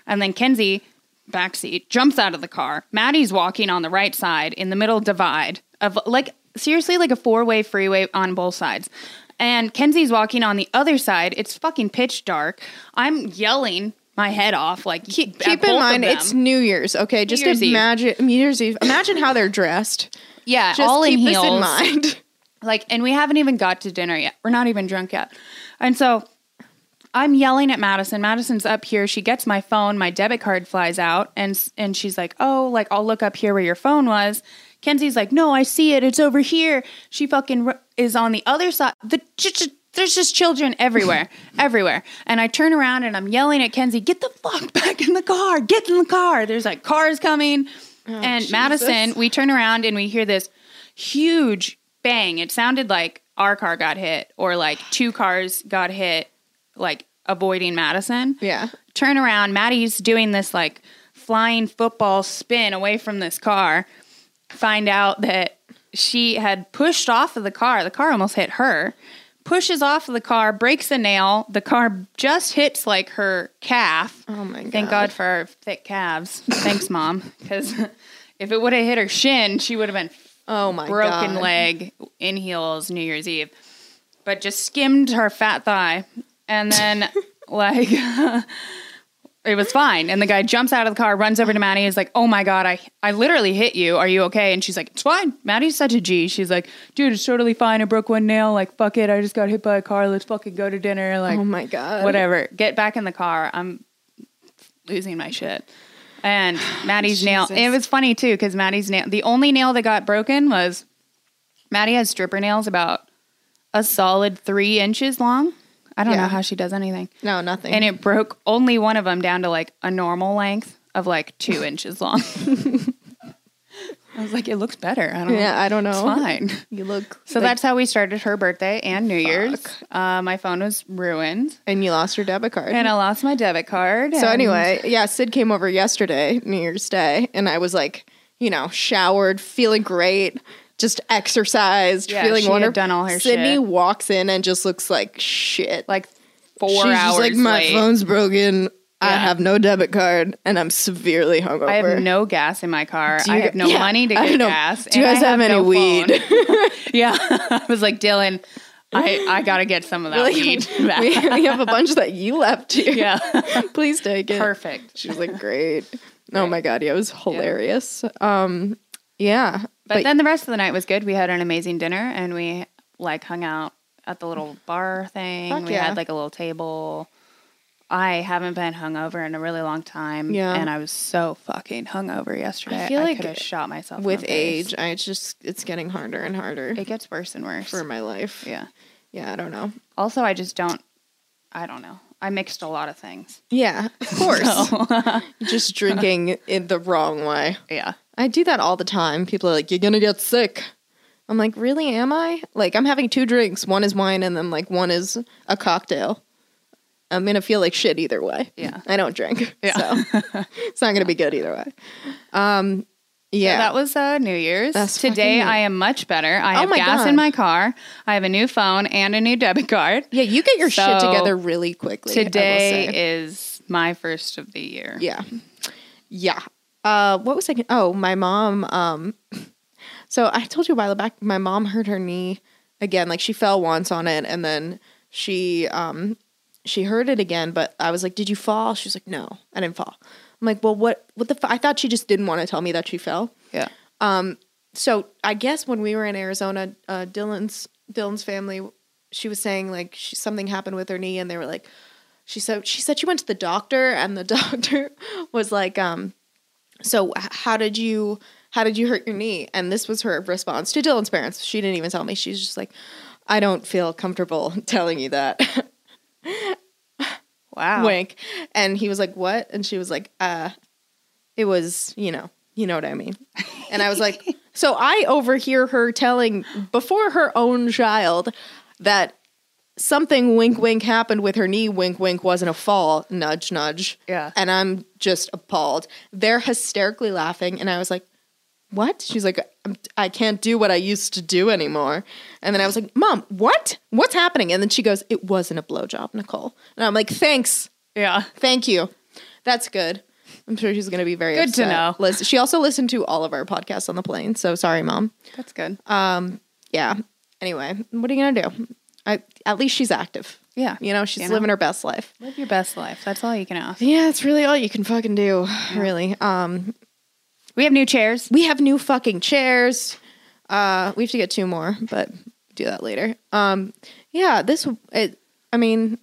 Speaker 4: And then Kenzie, backseat, jumps out of the car. Maddie's walking on the right side in the middle divide of like seriously like a four way freeway on both sides. And Kenzie's walking on the other side. It's fucking pitch dark. I'm yelling my head off like keep,
Speaker 1: Keep in mind, it's New Year's. Okay, just
Speaker 4: Year's Eve.
Speaker 1: imagine New Year's Eve. Imagine how they're
Speaker 4: *laughs*
Speaker 1: dressed.
Speaker 4: yeah,
Speaker 1: Just
Speaker 4: all
Speaker 1: keep
Speaker 4: in
Speaker 1: this
Speaker 4: heels.
Speaker 1: in mind. *laughs*
Speaker 4: Like, and we haven't even got to dinner yet. We're not even drunk yet. And so I'm yelling at Madison. Madison's up here. She gets my phone. My debit card flies out, and s- and she's like, "Oh, like I'll look up here where your phone was." Kenzie's like, "No, I see it. It's over here." She fucking r- is on the other side. The ch- ch- there's just children everywhere, everywhere. And I turn around and I'm yelling at Kenzie, "Get the fuck back in the car! Get in the car!" There's like cars coming, and Madison. We turn around and we hear this huge bang. It sounded like our car got hit, or like two cars got hit like avoiding Madison.
Speaker 1: Yeah.
Speaker 4: Turn around. Maddie's doing this like flying football spin away from this car. Find out that she had pushed off of the car. The car almost hit her. Pushes off of the car, breaks a nail. The car just hits like her calf.
Speaker 1: Oh my god.
Speaker 4: Thank God for our thick calves. Thanks, mom. Because *laughs* if it would have hit her shin, she would have been
Speaker 1: Oh my
Speaker 4: broken
Speaker 1: God.
Speaker 4: leg in heels New Year's Eve, but just skimmed her fat thigh,
Speaker 1: *laughs*
Speaker 4: and then like it was fine. And the guy jumps out of the car, runs over to Maddie, is like, "Oh my god, I I literally hit you. Are you okay?" And she's like, "It's fine." Maddie's such a G. She's like, "Dude, it's totally fine. I broke one nail. Like, fuck it. I just got hit by a car. Let's fucking go to dinner. Like,
Speaker 1: Oh my god.
Speaker 4: *laughs* whatever. Get back in the car. I'm losing my shit.
Speaker 1: *sighs*
Speaker 4: And Maddie's nail.
Speaker 1: Jesus.
Speaker 4: It was funny too because Maddie's nail. The only nail that got broken was Maddie has stripper nails about a solid three inches long. I don't
Speaker 1: Yeah.
Speaker 4: know how she does anything.
Speaker 1: No, nothing.
Speaker 4: And it broke only one of them down to like a normal length of
Speaker 1: *laughs*
Speaker 4: like two inches long. *laughs* I was like, it looks better. I don't.
Speaker 1: yeah, I don't know.
Speaker 4: It's fine.
Speaker 1: You look
Speaker 4: So
Speaker 1: like-
Speaker 4: that's how we started her birthday and New Year's. Uh, my phone was ruined.
Speaker 1: and you lost your debit card.
Speaker 4: And I lost my debit card.
Speaker 1: So
Speaker 4: and-
Speaker 1: anyway, yeah, Sid came over yesterday, New Year's Day, and I was like, you know, showered, feeling great, just exercised,
Speaker 4: Yeah,
Speaker 1: feeling
Speaker 4: she had
Speaker 1: wonderful.
Speaker 4: done all her
Speaker 1: Sydney
Speaker 4: shit.
Speaker 1: walks in and just looks like shit.
Speaker 4: like four
Speaker 1: She's
Speaker 4: hours.
Speaker 1: just like my
Speaker 4: late.
Speaker 1: phone's broken. I
Speaker 4: Yeah.
Speaker 1: have no debit card, and I'm severely hungover.
Speaker 4: I have no gas in my car. I have no
Speaker 1: Yeah,
Speaker 4: money to
Speaker 1: I
Speaker 4: get
Speaker 1: don't know.
Speaker 4: gas.
Speaker 1: Do you
Speaker 4: and
Speaker 1: guys
Speaker 4: I
Speaker 1: have, any
Speaker 4: no
Speaker 1: weed?
Speaker 4: phone.
Speaker 1: *laughs*
Speaker 4: *laughs* yeah, I was like Dylan. I I gotta get some of
Speaker 1: *laughs*
Speaker 4: that
Speaker 1: Like,
Speaker 4: weed.
Speaker 1: *laughs* we, we have a bunch that you left here.
Speaker 4: *laughs* yeah,
Speaker 1: *laughs* Please take it.
Speaker 4: perfect.
Speaker 1: She was like, great. Oh my God. Yeah, it was hilarious. Um, yeah.
Speaker 4: But, then the rest of the night was good. We had an amazing dinner and we like hung out at the little bar thing.
Speaker 1: Fuck
Speaker 4: we
Speaker 1: yeah.
Speaker 4: had like a little table. I haven't been hungover in a really long time.
Speaker 1: Yeah.
Speaker 4: And I was so fucking hungover yesterday. I
Speaker 1: feel
Speaker 4: feel
Speaker 1: like
Speaker 4: like I could have shot myself. in
Speaker 1: with
Speaker 4: the face.
Speaker 1: age, I it's just, it's getting harder and harder
Speaker 4: it gets worse and worse.
Speaker 1: for my life.
Speaker 4: yeah.
Speaker 1: Yeah, I don't know.
Speaker 4: Also, I just don't, I don't know. I mixed a lot of things.
Speaker 1: Yeah, of
Speaker 4: *laughs*
Speaker 1: course. *laughs* just drinking in the wrong way.
Speaker 4: Yeah.
Speaker 1: I do that all the time. People are like, you're going to get sick. I'm like, really? Am I? Like, I'm having two drinks. One is wine, and then, like, one is a cocktail. I'm going to feel like shit either way.
Speaker 4: Yeah.
Speaker 1: I don't drink.
Speaker 4: *laughs* Yeah.
Speaker 1: So it's not going to be good either way. Um, yeah.
Speaker 4: So that was uh, New Year's.
Speaker 1: That's
Speaker 4: Today,
Speaker 1: fucking-
Speaker 4: I am much better. I
Speaker 1: Oh
Speaker 4: have
Speaker 1: my
Speaker 4: gas
Speaker 1: God.
Speaker 4: in my car. I have a new phone and a new debit card.
Speaker 1: yeah, you get your shit
Speaker 4: So,
Speaker 1: together really quickly. I will say.
Speaker 4: Today is my first of the year.
Speaker 1: Yeah. Yeah. Uh, what was I? Gonna, oh, my mom. Um, *laughs* so I told you a while back, my mom hurt her knee again. Like she fell once on it, and then she um she hurt it again. But I was like, "Did you fall?" She was like, "No, I didn't fall." I'm like, "Well, what? What the? F-? I thought she just didn't want to tell me that she fell."
Speaker 4: Yeah.
Speaker 1: so I guess when we were in Arizona, uh, Dylan's Dylan's family, she was saying like she, something happened with her knee, and they were like, she said she said she went to the doctor, and the *laughs* doctor was like, um, so h- how did you how did you hurt your knee? And this was her response to Dylan's parents. She didn't even tell me. She's just like, I don't feel comfortable *laughs* telling you that.
Speaker 4: Wow.
Speaker 1: Wink. And he was like, What? And she was like, uh, it was, you know, you know what I mean. And I was like, so I overhear her telling before her own child that something wink wink happened with her knee, wink wink wasn't a fall, nudge nudge.
Speaker 4: Yeah.
Speaker 1: And I'm just appalled. They're hysterically laughing and I was like, what? She's like, I'm, I can't do what I used to do anymore. And then I was like, Mom, what? What's happening? And then she goes, It wasn't a blowjob, Nicole. And I'm like, Thanks.
Speaker 4: Yeah.
Speaker 1: Thank you. That's good. I'm sure she's going to be very
Speaker 4: Good to
Speaker 1: upset.
Speaker 4: know.
Speaker 1: Lis- she also listened to all of our podcasts on the plane. So sorry, mom.
Speaker 4: That's good.
Speaker 1: Yeah. Anyway, what are you going to do? I, at least she's active.
Speaker 4: yeah.
Speaker 1: You know, she's
Speaker 4: You know?
Speaker 1: living her best life.
Speaker 4: Live your best life. That's all you can ask.
Speaker 1: Yeah, it's really all you can fucking do, really. Um,
Speaker 4: *laughs* We have new chairs.
Speaker 1: we have new fucking chairs. Uh, we have to get two more, but do that later. Um, yeah, this. It, I mean,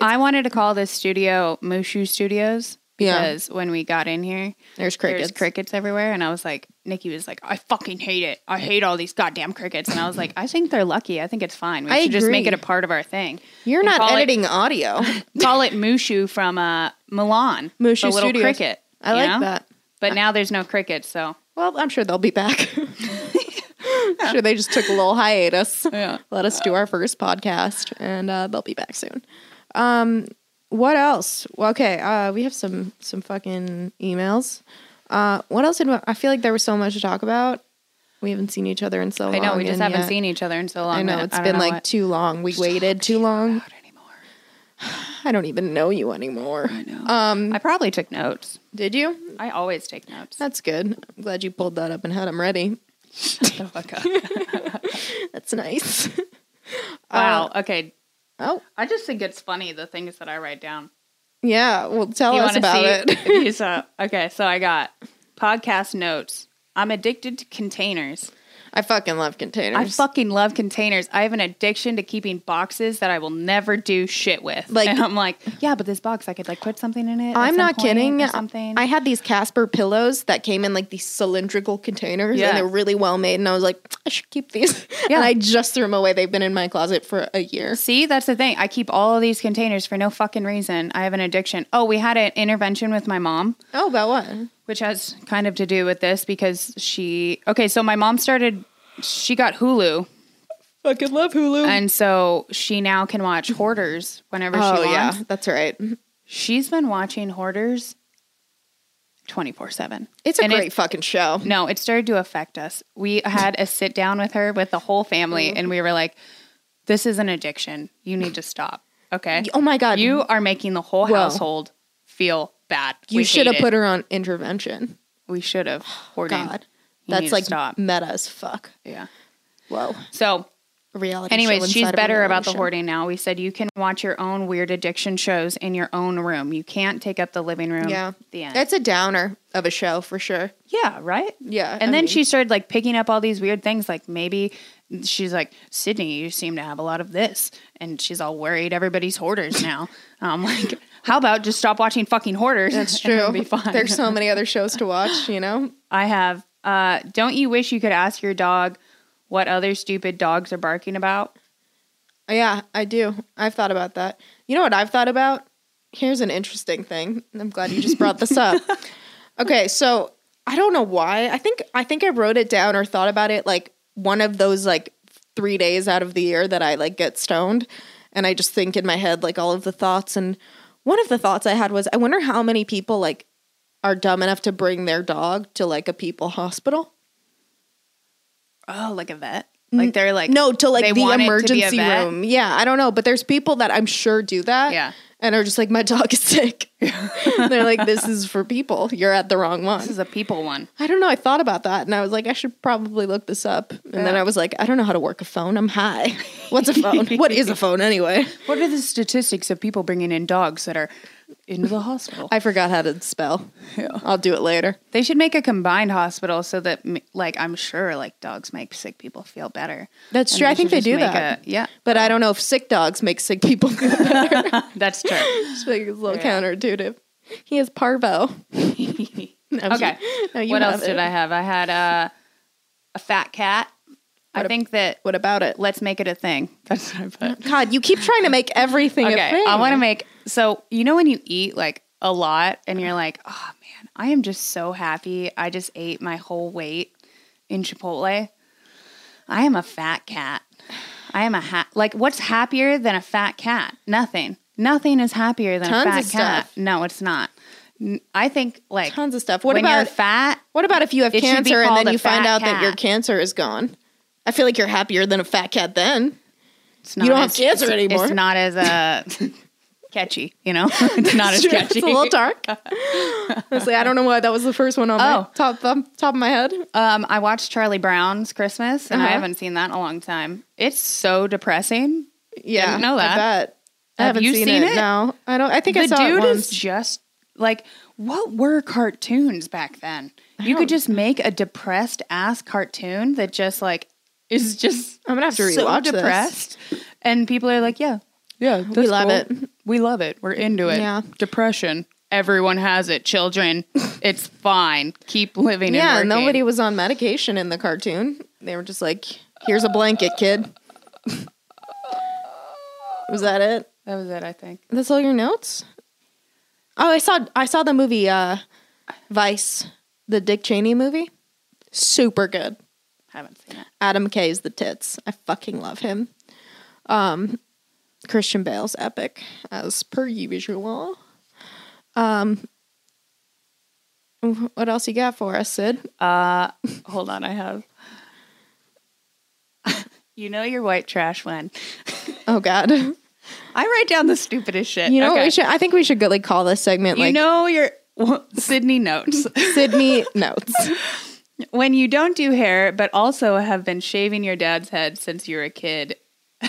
Speaker 4: I wanted to call this studio Mushu Studios
Speaker 1: Yeah.
Speaker 4: because when we got in here,
Speaker 1: there's crickets.
Speaker 4: There's crickets everywhere. And I was like, Nikki was like, I fucking hate it. I hate all these goddamn crickets. And I was like, I think they're lucky. I think it's fine. We
Speaker 1: I
Speaker 4: should just make it
Speaker 1: agree.
Speaker 4: a part of our thing.
Speaker 1: You're
Speaker 4: And
Speaker 1: not
Speaker 4: call
Speaker 1: editing *laughs* audio.
Speaker 4: It, *laughs* call it Mushu from uh, Milan.
Speaker 1: Mushu
Speaker 4: the little
Speaker 1: Studios.
Speaker 4: cricket.
Speaker 1: I
Speaker 4: you
Speaker 1: like
Speaker 4: know?
Speaker 1: that.
Speaker 4: But now there's no cricket. So
Speaker 1: Well, I'm sure they'll be
Speaker 4: *laughs*
Speaker 1: back. I'm sure they just took a little hiatus.
Speaker 4: Yeah.
Speaker 1: Let us do our first podcast, and uh, they'll be back soon. Um, what else? Well, okay, uh, we have some some fucking emails. Uh, what else? Did we, I feel like there was so much to talk about. We haven't seen each other in so long.
Speaker 4: I know we just
Speaker 1: and
Speaker 4: haven't
Speaker 1: yet-
Speaker 4: seen each other in so long.
Speaker 1: I know
Speaker 4: that
Speaker 1: it's
Speaker 4: don't
Speaker 1: been
Speaker 4: know
Speaker 1: like
Speaker 4: what
Speaker 1: too long. We waited too long.
Speaker 4: about anymore.
Speaker 1: I don't even know you anymore. I know. Um,
Speaker 4: I probably took notes.
Speaker 1: did you?
Speaker 4: I always take notes.
Speaker 1: That's good. I'm glad you pulled that up and had them ready.
Speaker 4: The
Speaker 1: *laughs*
Speaker 4: fuck up.
Speaker 1: Uh, That's nice. *laughs*
Speaker 4: wow. Okay.
Speaker 1: oh,
Speaker 4: I just think it's funny the things that I write down.
Speaker 1: Yeah, well, tell
Speaker 4: you
Speaker 1: us
Speaker 4: wanna
Speaker 1: Oh, about
Speaker 4: see
Speaker 1: it.
Speaker 4: if you saw- okay, *laughs* so I got podcast notes. I'm addicted to containers.
Speaker 1: *laughs* I fucking love containers.
Speaker 4: I fucking love containers. I have an addiction to keeping boxes that I will never do shit with.
Speaker 1: Like-
Speaker 4: Like, *laughs* and I'm like, yeah, but this box, I could like put something in it. at
Speaker 1: I'm
Speaker 4: some
Speaker 1: not
Speaker 4: point
Speaker 1: kidding.
Speaker 4: Or something.
Speaker 1: I had these Casper pillows that came in like these cylindrical containers,
Speaker 4: Yeah.
Speaker 1: and they're really well made. And I was like, I should keep these. *laughs*
Speaker 4: Yeah.
Speaker 1: And I just threw them away. They've been in my closet for a year.
Speaker 4: See, that's the thing. I keep all of these containers for no fucking reason. I have an addiction. Oh, we had an intervention with my mom.
Speaker 1: Oh, about what?
Speaker 4: which has kind of to do with this because she okay so my mom started she got hulu
Speaker 1: Fucking love Hulu.
Speaker 4: and so she now can watch hoarders whenever
Speaker 1: oh
Speaker 4: she
Speaker 1: yeah,
Speaker 4: wants
Speaker 1: that's right.
Speaker 4: she's been watching hoarders 24 7.
Speaker 1: It's a great fucking show.
Speaker 4: No, it started to affect us. We had a sit down with her with the whole family,
Speaker 1: Mm.
Speaker 4: and we were like, "This is an addiction. You need to stop." Okay.
Speaker 1: Oh my God.
Speaker 4: You are making the whole
Speaker 1: Whoa.
Speaker 4: household feel bad.
Speaker 1: You should have put her on intervention.
Speaker 4: We should have. Hoarding.
Speaker 1: God.
Speaker 4: You need
Speaker 1: That's
Speaker 4: to
Speaker 1: like
Speaker 4: stop.
Speaker 1: meta as fuck.
Speaker 4: Yeah.
Speaker 1: Whoa.
Speaker 4: So,
Speaker 1: A reality show
Speaker 4: anyways,
Speaker 1: inside
Speaker 4: she's
Speaker 1: of a
Speaker 4: better
Speaker 1: reality
Speaker 4: about the
Speaker 1: show.
Speaker 4: hoarding now. We said you can watch your own weird addiction shows in your own room. You can't take up the living room.
Speaker 1: Yeah.
Speaker 4: The end.
Speaker 1: That's a downer of a show for sure.
Speaker 4: Yeah, right?
Speaker 1: Yeah,
Speaker 4: And
Speaker 1: I
Speaker 4: then
Speaker 1: mean-
Speaker 4: she started like picking up all these weird things. Like maybe she's like, Sydney, you seem to have a lot of this. And she's all worried everybody's
Speaker 1: *laughs*
Speaker 4: hoarders now. I'm like, how about just stop watching fucking hoarders?
Speaker 1: That's
Speaker 4: *laughs* and it'll
Speaker 1: true.
Speaker 4: be fine.
Speaker 1: There's so many other shows to watch, you know?
Speaker 4: I have, uh, don't you wish you could ask your dog what other stupid dogs are barking about?
Speaker 1: Yeah, I do. I've thought about that. You know what I've thought about? Here's an interesting thing. and I'm glad you just brought this up. Okay, so I don't know why. I think I think I wrote it down or thought about it like one of those like 3 days out of the year that I like get stoned and I just think in my head like all of the thoughts and one of the thoughts I had was I wonder how many people like are dumb enough to bring their dog to like a people hospital.
Speaker 4: Oh, like a vet? Like they're like,
Speaker 1: no to like
Speaker 4: they
Speaker 1: the
Speaker 4: want it to be a
Speaker 1: emergency
Speaker 4: vet?
Speaker 1: room yeah i don't know but there's people that i'm sure do that
Speaker 4: Yeah.
Speaker 1: and are just like my dog is sick *laughs* they're like this is for people you're at the wrong
Speaker 4: This
Speaker 1: one
Speaker 4: is a people one.
Speaker 1: i don't know i thought about that and i was like i should probably look this up and then
Speaker 4: Yeah.
Speaker 1: i was like i don't know how to work a phone i'm high *laughs* what's a phone what is a phone anyway
Speaker 4: What are the statistics of people bringing in dogs that are into the *laughs* hospital?
Speaker 1: i forgot how to spell
Speaker 4: Yeah.
Speaker 1: i'll do it later
Speaker 4: They should make a combined hospital so that, m- like, I'm sure like dogs make sick people feel better.
Speaker 1: That's
Speaker 4: And
Speaker 1: true. I
Speaker 4: should
Speaker 1: think they
Speaker 4: just
Speaker 1: do
Speaker 4: make
Speaker 1: that.
Speaker 4: a- yeah,
Speaker 1: but i don't know if sick dogs make sick people feel better *laughs*
Speaker 4: that's true. *laughs*
Speaker 1: it's like, it's a little
Speaker 4: Yeah.
Speaker 1: counterintuitive he is parvo *laughs* No, you-
Speaker 4: okay.
Speaker 1: no, you
Speaker 4: what
Speaker 1: have
Speaker 4: else did
Speaker 1: it.
Speaker 4: I have? I had uh, a fat cat. I
Speaker 1: What a-
Speaker 4: think that
Speaker 1: what about it
Speaker 4: let's make it a thing. That's what I put.
Speaker 1: God, you keep trying to make everything a
Speaker 4: Okay,
Speaker 1: thing.
Speaker 4: I want to make so you know when you eat like a lot and you're like, oh man, I am just so happy. I just ate my whole weight in Chipotle. I am a fat cat. I am a ha- like what's happier than a fat cat? Nothing. Nothing is happier than
Speaker 1: Tons
Speaker 4: a
Speaker 1: of
Speaker 4: fat cat.
Speaker 1: stuff.
Speaker 4: No, it's not. N- I think like
Speaker 1: tons of stuff. What
Speaker 4: when you're
Speaker 1: about
Speaker 4: fat?
Speaker 1: what about if you have
Speaker 4: It should be
Speaker 1: cancer and
Speaker 4: called
Speaker 1: then
Speaker 4: a
Speaker 1: you find
Speaker 4: fat
Speaker 1: out that
Speaker 4: cat.
Speaker 1: your cancer is gone? I feel like you're happier than a fat cat then.
Speaker 4: It's not
Speaker 1: don't have
Speaker 4: as,
Speaker 1: cancer
Speaker 4: it's-
Speaker 1: anymore.
Speaker 4: It's not
Speaker 1: *laughs*
Speaker 4: as uh, catchy. You know, *laughs* it's not as
Speaker 1: It's
Speaker 4: catchy.
Speaker 1: a little dark. Honestly, I don't know why that was the first one on my
Speaker 4: Oh.
Speaker 1: top thumb, top of my head.
Speaker 4: Um, I watched Charlie Brown's Christmas, and I
Speaker 1: Uh-huh.
Speaker 4: haven't seen that in a long time. It's so depressing.
Speaker 1: Yeah,
Speaker 4: Didn't know that.
Speaker 1: I bet. I
Speaker 4: Have
Speaker 1: haven't
Speaker 4: you
Speaker 1: seen,
Speaker 4: seen
Speaker 1: it.
Speaker 4: it?
Speaker 1: No, I don't. I think I
Speaker 4: the
Speaker 1: saw it
Speaker 4: dude is
Speaker 1: once.
Speaker 4: just like, what were cartoons back then? You could just make a depressed ass cartoon that just like is just
Speaker 1: I'm gonna have to
Speaker 4: so
Speaker 1: rewatch this.
Speaker 4: depressed, and people are like, yeah, yeah,
Speaker 1: that's love cool. it.
Speaker 4: we love it, we're into it.
Speaker 1: Yeah.
Speaker 4: depression. Everyone has
Speaker 1: *laughs*
Speaker 4: it, children. it's fine. Keep living.
Speaker 1: yeah,
Speaker 4: and working.
Speaker 1: nobody was on medication in the cartoon. They were just like, "Here's a blanket, kid." *laughs* was that it?
Speaker 4: That was it, I think.
Speaker 1: That's all your notes? Oh, I saw I saw the movie uh Vice, the Dick Cheney movie. Super good.
Speaker 4: Haven't seen it.
Speaker 1: Adam K is the tits. I fucking love him. Um Christian Bale's epic as per usual. Um what else you got for us, Sid?
Speaker 4: Uh, Hold on, I have. *laughs* you know your white trash when
Speaker 1: Oh god. You
Speaker 4: I write down the stupidest shit.
Speaker 1: know what
Speaker 4: Okay.
Speaker 1: we should I think we should go, like call this segment
Speaker 4: You
Speaker 1: like
Speaker 4: know your well, Sydney
Speaker 1: *laughs*
Speaker 4: notes *laughs*
Speaker 1: Sydney notes.
Speaker 4: when you don't do hair, but also have been shaving your dad's head since you were a kid. *laughs*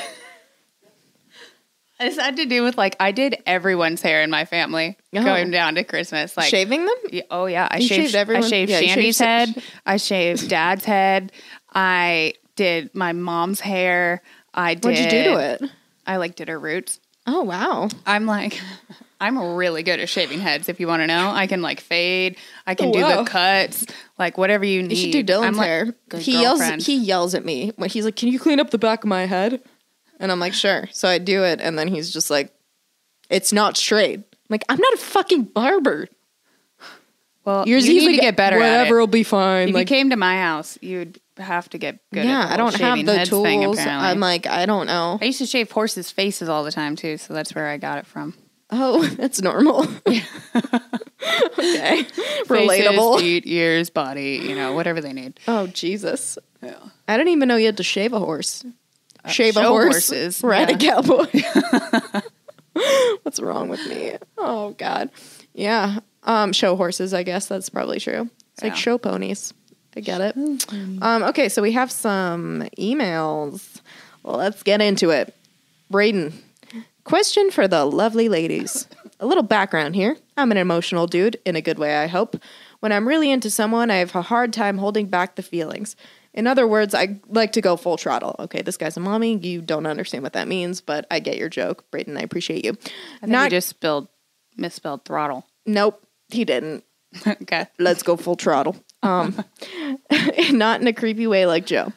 Speaker 4: this had to do with like I did everyone's hair in my family
Speaker 1: Oh.
Speaker 4: going down to Christmas. Like
Speaker 1: Shaving them?
Speaker 4: Yeah, oh yeah, I
Speaker 1: You
Speaker 4: shaved,
Speaker 1: shaved everyone-
Speaker 4: I shaved
Speaker 1: yeah, you
Speaker 4: Shandy's
Speaker 1: shaved-
Speaker 4: head. I shaved Dad's head. I did my mom's hair. I did.
Speaker 1: What'd you do to it?
Speaker 4: I like did her roots.
Speaker 1: Oh wow.
Speaker 4: I'm like, *laughs* I'm really good at shaving heads. If you want to know, I can like fade. I can do
Speaker 1: Whoa.
Speaker 4: the cuts, like whatever you need.
Speaker 1: Oh, You should do Dylan's
Speaker 4: I'm like,
Speaker 1: hair.
Speaker 4: good
Speaker 1: He yells.
Speaker 4: girlfriend.
Speaker 1: He yells at me when he's like, "Can you clean up the back of my head?" And I'm like, "Sure." So I do it, and then he's just like, "It's not straight." I'm like, "I'm not a fucking barber."
Speaker 4: well,
Speaker 1: Yours
Speaker 4: you
Speaker 1: he's
Speaker 4: need
Speaker 1: like,
Speaker 4: to get better. at it.
Speaker 1: Whatever will be fine.
Speaker 4: If
Speaker 1: like,
Speaker 4: you came to my house, you'd have to get good.
Speaker 1: yeah, I
Speaker 4: at the whole
Speaker 1: don't have
Speaker 4: shaving
Speaker 1: the
Speaker 4: heads
Speaker 1: tools.
Speaker 4: Thing, apparently.
Speaker 1: I'm uh, like, I don't know.
Speaker 4: I used to shave
Speaker 1: *laughs*
Speaker 4: horses' faces all the time too, so that's where I got it from.
Speaker 1: Oh, that's normal. *laughs* Okay.
Speaker 4: Faces,
Speaker 1: Relatable.
Speaker 4: feet, ears, body, you know, whatever they need.
Speaker 1: Oh Jesus.
Speaker 4: Yeah. Uh,
Speaker 1: I didn't even know you had to shave a horse. Shave a
Speaker 4: show
Speaker 1: horse, *laughs*
Speaker 4: horses,
Speaker 1: ride a
Speaker 4: yeah.
Speaker 1: cowboy. *laughs*
Speaker 4: *laughs*
Speaker 1: What's wrong with me? Oh God, yeah. Um, show horses. I guess that's probably true. It's
Speaker 4: Yeah.
Speaker 1: like show ponies. I get it. Um, okay, so we have some emails. Let's get into it. Braden, question for the lovely ladies. A little background here. I'm an emotional dude, in a good way, I hope. When I'm really into someone, I have a hard time holding back the feelings. In other words, I like to go full throttle. Okay, this guy's a mommy. You don't understand what that means, but I get your joke, Braden. I appreciate you.
Speaker 4: I think you just spelled misspelled throttle. *laughs*
Speaker 1: nope, he didn't
Speaker 4: okay.
Speaker 1: let's go full throttle. Um, *laughs* not in a creepy way like Joe.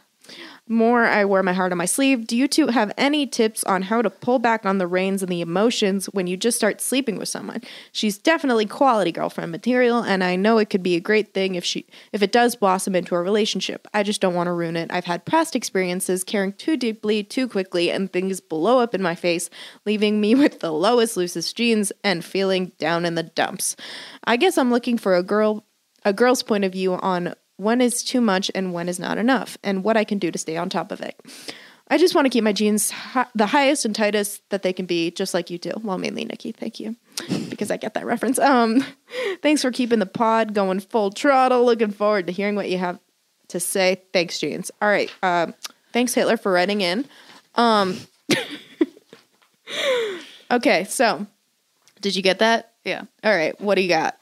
Speaker 1: More, I wear my heart on my sleeve. Do you two have any tips on how to pull back on the reins and the emotions when you just start sleeping with someone? She's definitely quality girlfriend material, and I know it could be a great thing if she if it does blossom into a relationship. I just don't want to ruin it. I've had past experiences caring too deeply, too quickly, and things blow up in my face, leaving me with the lowest, loosest jeans and feeling down in the dumps. I guess I'm looking for a girl a girl's point of view on when is too much and when is not enough and what I can do to stay on top of it. I just want to keep my jeans hi- the highest and tightest that they can be, just like you do. Well, mainly Nikki, thank you, because I get that reference. Um, *laughs* thanks for keeping the pod going full throttle. Looking forward to hearing what you have to say. Thanks, jeans. All right. Um, thanks, Hitler, for writing in. Um, *laughs* okay, so did you get that?
Speaker 4: Yeah.
Speaker 1: All right, what do you got?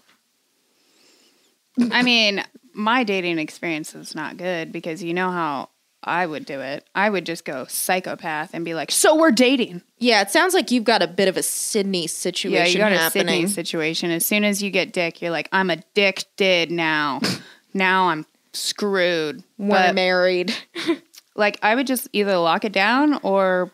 Speaker 4: I mean, my dating experience is not good because you know how I would do it. I would just go psychopath and be like, "So we're dating."
Speaker 1: Yeah, it sounds like you've got a bit of a Sydney situation
Speaker 4: Yeah, you got a
Speaker 1: happening.
Speaker 4: Sydney situation. As soon as you get dick, you're like, "I'm addicted *laughs* now. now I'm screwed."
Speaker 1: We're
Speaker 4: But,
Speaker 1: married.
Speaker 4: like, I would just either lock it down or.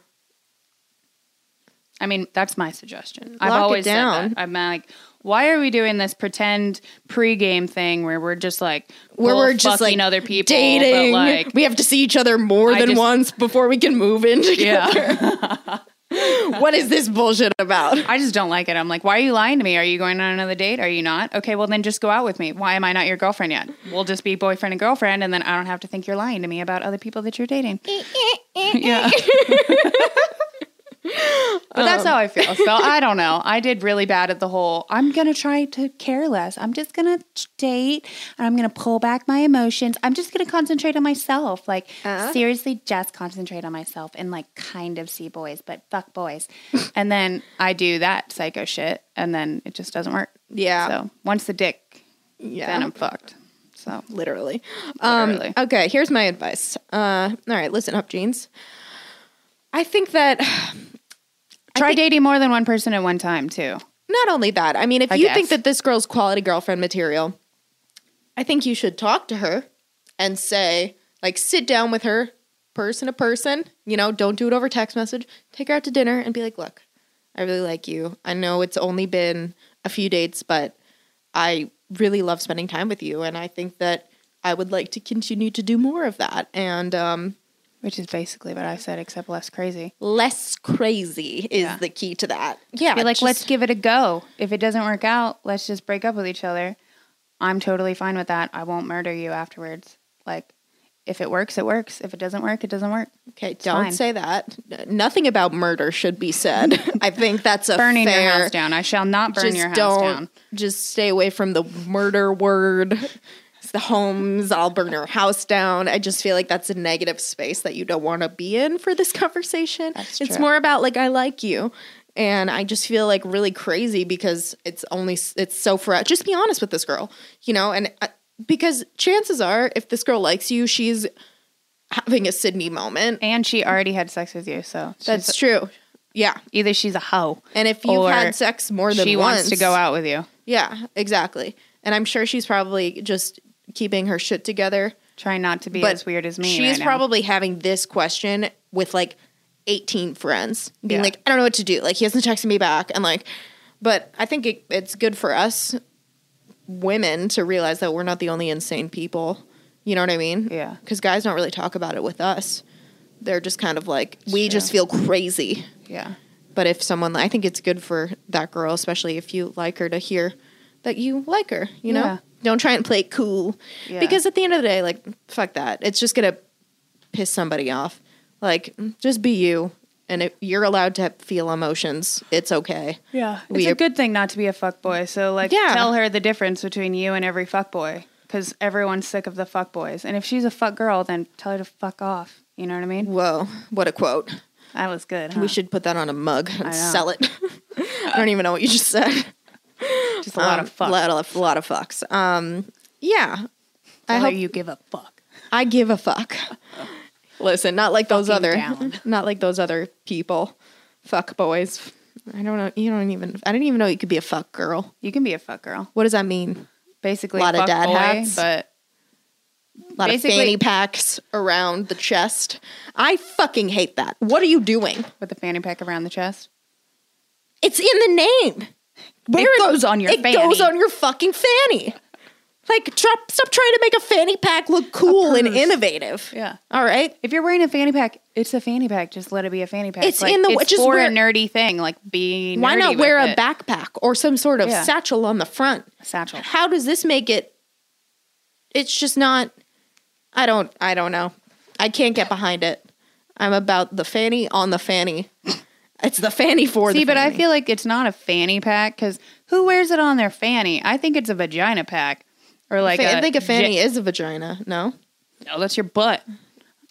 Speaker 4: I mean, that's my suggestion. I've
Speaker 1: Lock it
Speaker 4: always
Speaker 1: down.
Speaker 4: said that. I'm like, why are we doing this pretend pregame thing where we're just like
Speaker 1: Where
Speaker 4: bull
Speaker 1: we're just like
Speaker 4: fucking other people, but,
Speaker 1: dating.
Speaker 4: like
Speaker 1: *laughs* we have to see each other more
Speaker 4: I
Speaker 1: than
Speaker 4: just-
Speaker 1: once before we can move in together.
Speaker 4: Yeah.
Speaker 1: *laughs* What is this bullshit about?
Speaker 4: I just don't like it. I'm like, why are you lying to me? Are you going on another date? Are you not? Okay, well, then just go out with me. Why am I not your girlfriend yet? We'll just be boyfriend and girlfriend, and then I don't have to think you're lying to me about other people that you're dating. yeah. but that's how I feel. So
Speaker 1: Um.
Speaker 4: I don't know. I did really bad at the whole, I'm going to try to care less. I'm just going to date and I'm going to pull back my emotions. I'm just going to concentrate on myself. Like,
Speaker 1: Uh-huh.
Speaker 4: seriously, just concentrate on myself and like kind of see boys, but fuck
Speaker 1: *laughs*
Speaker 4: boys. and then I do that psycho shit and then it just doesn't work.
Speaker 1: Yeah.
Speaker 4: So once the dick,
Speaker 1: yeah.
Speaker 4: then I'm fucked. So
Speaker 1: literally.
Speaker 4: Literally.
Speaker 1: Um, okay, here's my advice. Uh, all right, listen up, jeans. I think that
Speaker 4: try dating more than one person at one time, too.
Speaker 1: not only that, I mean, if
Speaker 4: I
Speaker 1: you
Speaker 4: guess.
Speaker 1: think that this girl's quality girlfriend material, I think you should talk to her and say, like, sit down with her, person to person. You know, don't do it over text message. Take her out to dinner and be like, look, I really like you. I know it's only been a few dates, but I really love spending time with you. And I think that I would like to continue to do more of that. And, um,
Speaker 4: Which is basically what I said, except less crazy.
Speaker 1: less crazy is
Speaker 4: Yeah.
Speaker 1: the key to that. Yeah.
Speaker 4: Be like,
Speaker 1: just-
Speaker 4: let's give it a go. If it doesn't work out, let's just break up with each other. I'm totally fine with that. I won't murder you afterwards. Like, if it works, it works. If it doesn't work, it doesn't work.
Speaker 1: Okay, don't
Speaker 4: fine.
Speaker 1: say that. N- Nothing about murder should be
Speaker 4: *laughs*
Speaker 1: said. I think that's a
Speaker 4: Burning
Speaker 1: fair,
Speaker 4: your house down. I shall not burn
Speaker 1: Just
Speaker 4: your house
Speaker 1: don't.
Speaker 4: down.
Speaker 1: Just stay away from the murder word. It's the homes. I'll burn your house down. I just feel like that's a negative space that you don't want to be in for this conversation.
Speaker 4: That's
Speaker 1: It's
Speaker 4: true.
Speaker 1: more about like I like you, and I just feel like really crazy because it's only s- it's so fresh. Just be honest with this girl, you know, and uh, because chances are, if this girl likes you, she's having a Sydney moment.
Speaker 4: And she already had sex with you, so she's-
Speaker 1: That's true. Yeah.
Speaker 4: either she's a hoe
Speaker 1: And if you've
Speaker 4: Or
Speaker 1: had sex more than
Speaker 4: she
Speaker 1: once,
Speaker 4: wants to go out with you.
Speaker 1: Yeah, exactly. And I'm sure she's probably just keeping her shit together.
Speaker 4: Try not to be as weird as me.
Speaker 1: She's
Speaker 4: right now.
Speaker 1: probably having this question with like 18 friends, being
Speaker 4: Yeah.
Speaker 1: like, I don't know what to do. Like he hasn't texted me back, and like, but I think it, it's good for us women to realize that we're not the only insane people. You know what I mean?
Speaker 4: Yeah.
Speaker 1: Because guys don't really talk about it with us. They're just kind of like, we just feel crazy
Speaker 4: yeah.
Speaker 1: but if someone i think it's good for that girl especially if you like her to hear that you like her, you know?
Speaker 4: Yeah.
Speaker 1: Don't try and play it cool.
Speaker 4: Yeah.
Speaker 1: Because at the end of the day, like, fuck that. It's just going to piss somebody off. Like, just be you. And if you're allowed to feel emotions, it's okay.
Speaker 4: Yeah. It's
Speaker 1: We
Speaker 4: a
Speaker 1: are-
Speaker 4: good thing not to be a fuckboy. So, like,
Speaker 1: Yeah.
Speaker 4: tell her the difference between you and every fuckboy because everyone's sick of the fuckboys. And if she's a fuck girl, then tell her to fuck off. You know what I mean?
Speaker 1: Whoa, what a quote.
Speaker 4: That was good. Huh?
Speaker 1: We should put that on a mug and
Speaker 4: know.
Speaker 1: sell it. *laughs* I don't even know what you just said.
Speaker 4: Just a lot
Speaker 1: Um,
Speaker 4: of fuck.
Speaker 1: Lot, of- lot of fucks. Um, yeah.
Speaker 4: Tell
Speaker 1: I
Speaker 4: her
Speaker 1: hope
Speaker 4: you give a fuck.
Speaker 1: I give a fuck. Listen, not like those
Speaker 4: Fucking
Speaker 1: other,
Speaker 4: down.
Speaker 1: not like those other people. Fuck boys. I don't know. You don't even. I didn't even know you could be a fuck girl.
Speaker 4: You can be a fuck girl.
Speaker 1: What does that mean?
Speaker 4: Basically,
Speaker 1: Lot
Speaker 4: lot
Speaker 1: of
Speaker 4: fuck
Speaker 1: dad
Speaker 4: boy,
Speaker 1: hats.
Speaker 4: but
Speaker 1: A lot
Speaker 4: Basically-
Speaker 1: of fanny packs around the chest. I fucking hate that. What are you doing?
Speaker 4: with the fanny pack around the chest.
Speaker 1: It's in the name. Where
Speaker 4: goes on your
Speaker 1: It
Speaker 4: fanny.
Speaker 1: goes on your fucking fanny. Like, drop, stop trying to make a fanny pack look cool and
Speaker 4: purse.
Speaker 1: innovative.
Speaker 4: Yeah.
Speaker 1: All right.
Speaker 4: If you're wearing a fanny pack, it's a fanny pack. Just let it be a fanny pack.
Speaker 1: It's in the-
Speaker 4: it's
Speaker 1: just
Speaker 4: for
Speaker 1: wear-
Speaker 4: a nerdy thing, like being.
Speaker 1: Why not wear a backpack or some sort of
Speaker 4: Yeah.
Speaker 1: satchel on the front?
Speaker 4: satchel?
Speaker 1: How does this make it? It's just not. I don't. I don't know. I can't get behind it. I'm about the fanny on the fanny. It's the fanny for
Speaker 4: See,
Speaker 1: the.
Speaker 4: but I
Speaker 1: fanny.
Speaker 4: feel like it's not a fanny pack because who wears it on their fanny? I think it's a vagina pack or like
Speaker 1: Fa- I
Speaker 4: a
Speaker 1: think a fanny
Speaker 4: j-
Speaker 1: is a vagina. No,
Speaker 4: no, that's your *laughs* butt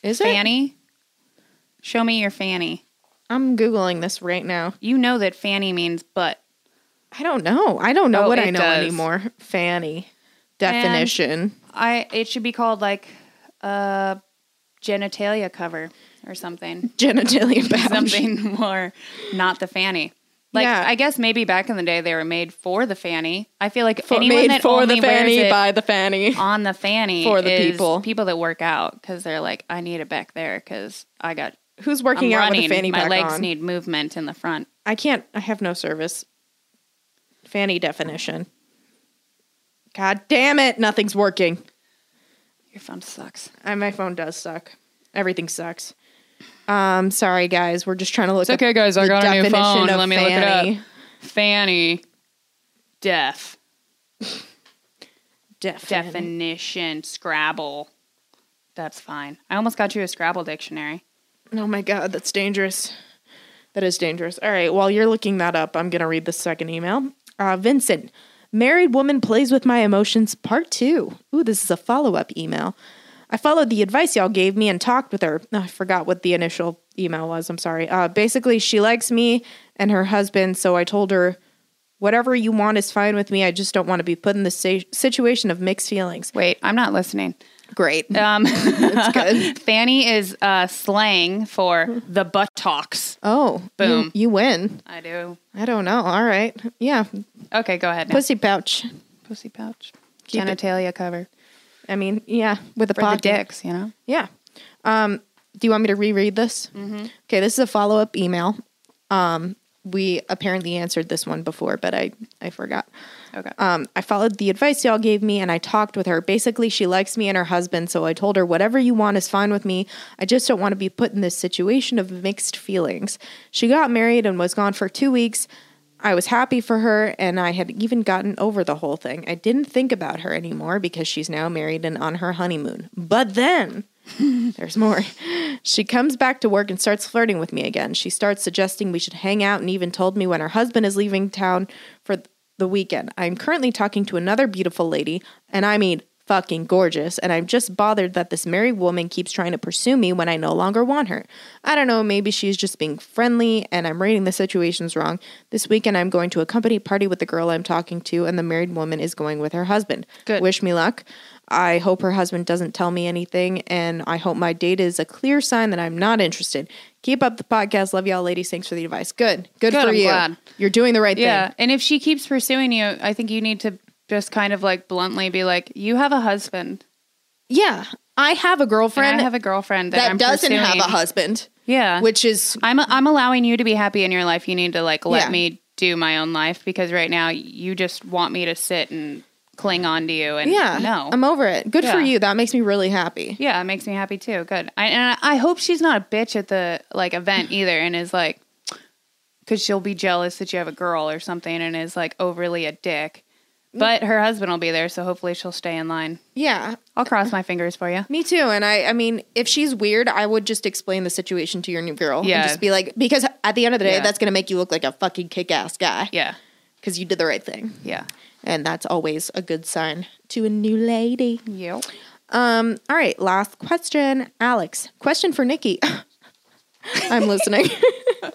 Speaker 1: is it?
Speaker 4: fanny. Show me your fanny.
Speaker 1: I'm googling this right now.
Speaker 4: You know that fanny means butt.
Speaker 1: I don't know. I don't know
Speaker 4: Oh,
Speaker 1: what
Speaker 4: it
Speaker 1: I know
Speaker 4: does.
Speaker 1: anymore. Fanny definition.
Speaker 4: I it should be called like a genitalia cover or *laughs* something.
Speaker 1: Genitalia pouch.
Speaker 4: something more not the fanny. Like
Speaker 1: Yeah.
Speaker 4: I guess maybe back in the day they were made for the fanny. I feel like
Speaker 1: For,
Speaker 4: anyone
Speaker 1: made
Speaker 4: that
Speaker 1: for
Speaker 4: only
Speaker 1: the fanny
Speaker 4: wears it
Speaker 1: by the fanny.
Speaker 4: on the fanny
Speaker 1: For the
Speaker 4: is
Speaker 1: people.
Speaker 4: people that work out because they're like I need it back there because I got
Speaker 1: Who's
Speaker 4: I'm
Speaker 1: working out
Speaker 4: running.
Speaker 1: with a fanny
Speaker 4: My
Speaker 1: pack
Speaker 4: legs
Speaker 1: on?
Speaker 4: need movement in the front.
Speaker 1: I can't. I have no service. Fanny definition. God damn it! Nothing's working.
Speaker 4: Your phone sucks.
Speaker 1: And my phone does suck. Everything sucks. Um, sorry guys, we're just trying to look. up
Speaker 4: guys. I
Speaker 1: the definition of fanny.
Speaker 4: Fanny, deaf
Speaker 1: Deaf.
Speaker 4: definition Scrabble. That's fine. I almost got you a Scrabble dictionary.
Speaker 1: Oh my god, that's dangerous. That is dangerous. All right, while you're looking that up, I'm gonna read the second email. Uh, Vincent, married woman plays with my emotions, part two. Ooh, this is a follow up email. I followed the advice y'all gave me and talked with her. Oh, I forgot what the initial email was. I'm sorry. Uh, basically, she likes me and her husband, so I told her, whatever you want is fine with me. I just don't want to be put in the sa- situation of mixed feelings.
Speaker 4: Wait, I'm not listening.
Speaker 1: Great. *laughs*
Speaker 4: Um, *laughs*
Speaker 1: That's good.
Speaker 4: Fanny is uh, slang for the buttocks.
Speaker 1: Oh, you-
Speaker 4: Boom.
Speaker 1: you win.
Speaker 4: I do.
Speaker 1: I don't know. All right. Yeah.
Speaker 4: Okay, go ahead. Now.
Speaker 1: Pussy pouch.
Speaker 4: Pussy pouch.
Speaker 1: Keep it-
Speaker 4: Genitalia cover.
Speaker 1: I mean, yeah, with a
Speaker 4: For
Speaker 1: pocket.
Speaker 4: the dicks, you know?
Speaker 1: Yeah. Um, do you want me to reread this?
Speaker 4: Mm-hmm.
Speaker 1: Okay, this is a follow up email. Um, we apparently answered this one before, but I I forgot.
Speaker 4: Okay.
Speaker 1: Um, I followed the advice y'all gave me, and I talked with her. Basically, she likes me and her husband, so I told her whatever you want is fine with me. I just don't want to be put in this situation of mixed feelings. She got married and was gone for two weeks. I was happy for her, and I had even gotten over the whole thing. I didn't think about her anymore because she's now married and on her honeymoon. But then. *laughs* There's more. She comes back to work and starts flirting with me again. She starts suggesting we should hang out and even told me when her husband is leaving town for th- the weekend. I'm currently talking to another beautiful lady, and I mean fucking gorgeous, and I'm just bothered that this married woman keeps trying to pursue me when I no longer want her. I don't know, maybe she's just being friendly and I'm rating the situations wrong. This weekend I'm going to a company party with the girl I'm talking to and the married woman is going with her husband.
Speaker 4: Good.
Speaker 1: Wish me luck. I hope her husband doesn't tell me anything, and I hope my date is a clear sign that I'm not interested. Keep up the podcast. Love y'all, ladies. Thanks for the advice. Good. Good,
Speaker 4: Good,
Speaker 1: for
Speaker 4: I'm
Speaker 1: you.
Speaker 4: glad.
Speaker 1: You're doing the right
Speaker 4: yeah.
Speaker 1: thing.
Speaker 4: And if she keeps pursuing you, I think you need to just kind of like bluntly be like, you have a husband.
Speaker 1: Yeah. I have a
Speaker 4: And
Speaker 1: girlfriend
Speaker 4: I have a girlfriend that,
Speaker 1: that
Speaker 4: I'm
Speaker 1: doesn't have a
Speaker 4: pursuing."
Speaker 1: husband,
Speaker 4: Yeah.
Speaker 1: which is
Speaker 4: I'm I'm allowing you to be happy in your life. You need to like let
Speaker 1: Yeah.
Speaker 4: me do my own life because right now you just want me to sit and cling on to you and
Speaker 1: yeah.
Speaker 4: no.
Speaker 1: I'm over it. Good for
Speaker 4: Yeah.
Speaker 1: you. That makes me really happy.
Speaker 4: yeah, it makes me happy too. Good. I, and I hope she's not a bitch at the like event *sighs* either and is like cuz she'll be jealous that you have a girl or something and is like overly a dick. But her husband will be there, so hopefully she'll stay in line.
Speaker 1: Yeah,
Speaker 4: I'll cross my fingers for you.
Speaker 1: me too. And I, I mean, if she's weird, I would just explain the situation to your new girl.
Speaker 4: Yeah.
Speaker 1: and just be like, because at the end of the day,
Speaker 4: Yeah.
Speaker 1: that's gonna make you look like a fucking kick-ass guy.
Speaker 4: Yeah.
Speaker 1: because you did the right thing,
Speaker 4: Yeah.
Speaker 1: and that's always a good sign to a new lady.
Speaker 4: Yep.
Speaker 1: Um, all right, last question, Alex. Question for Nikki. *laughs* I'm listening. *laughs*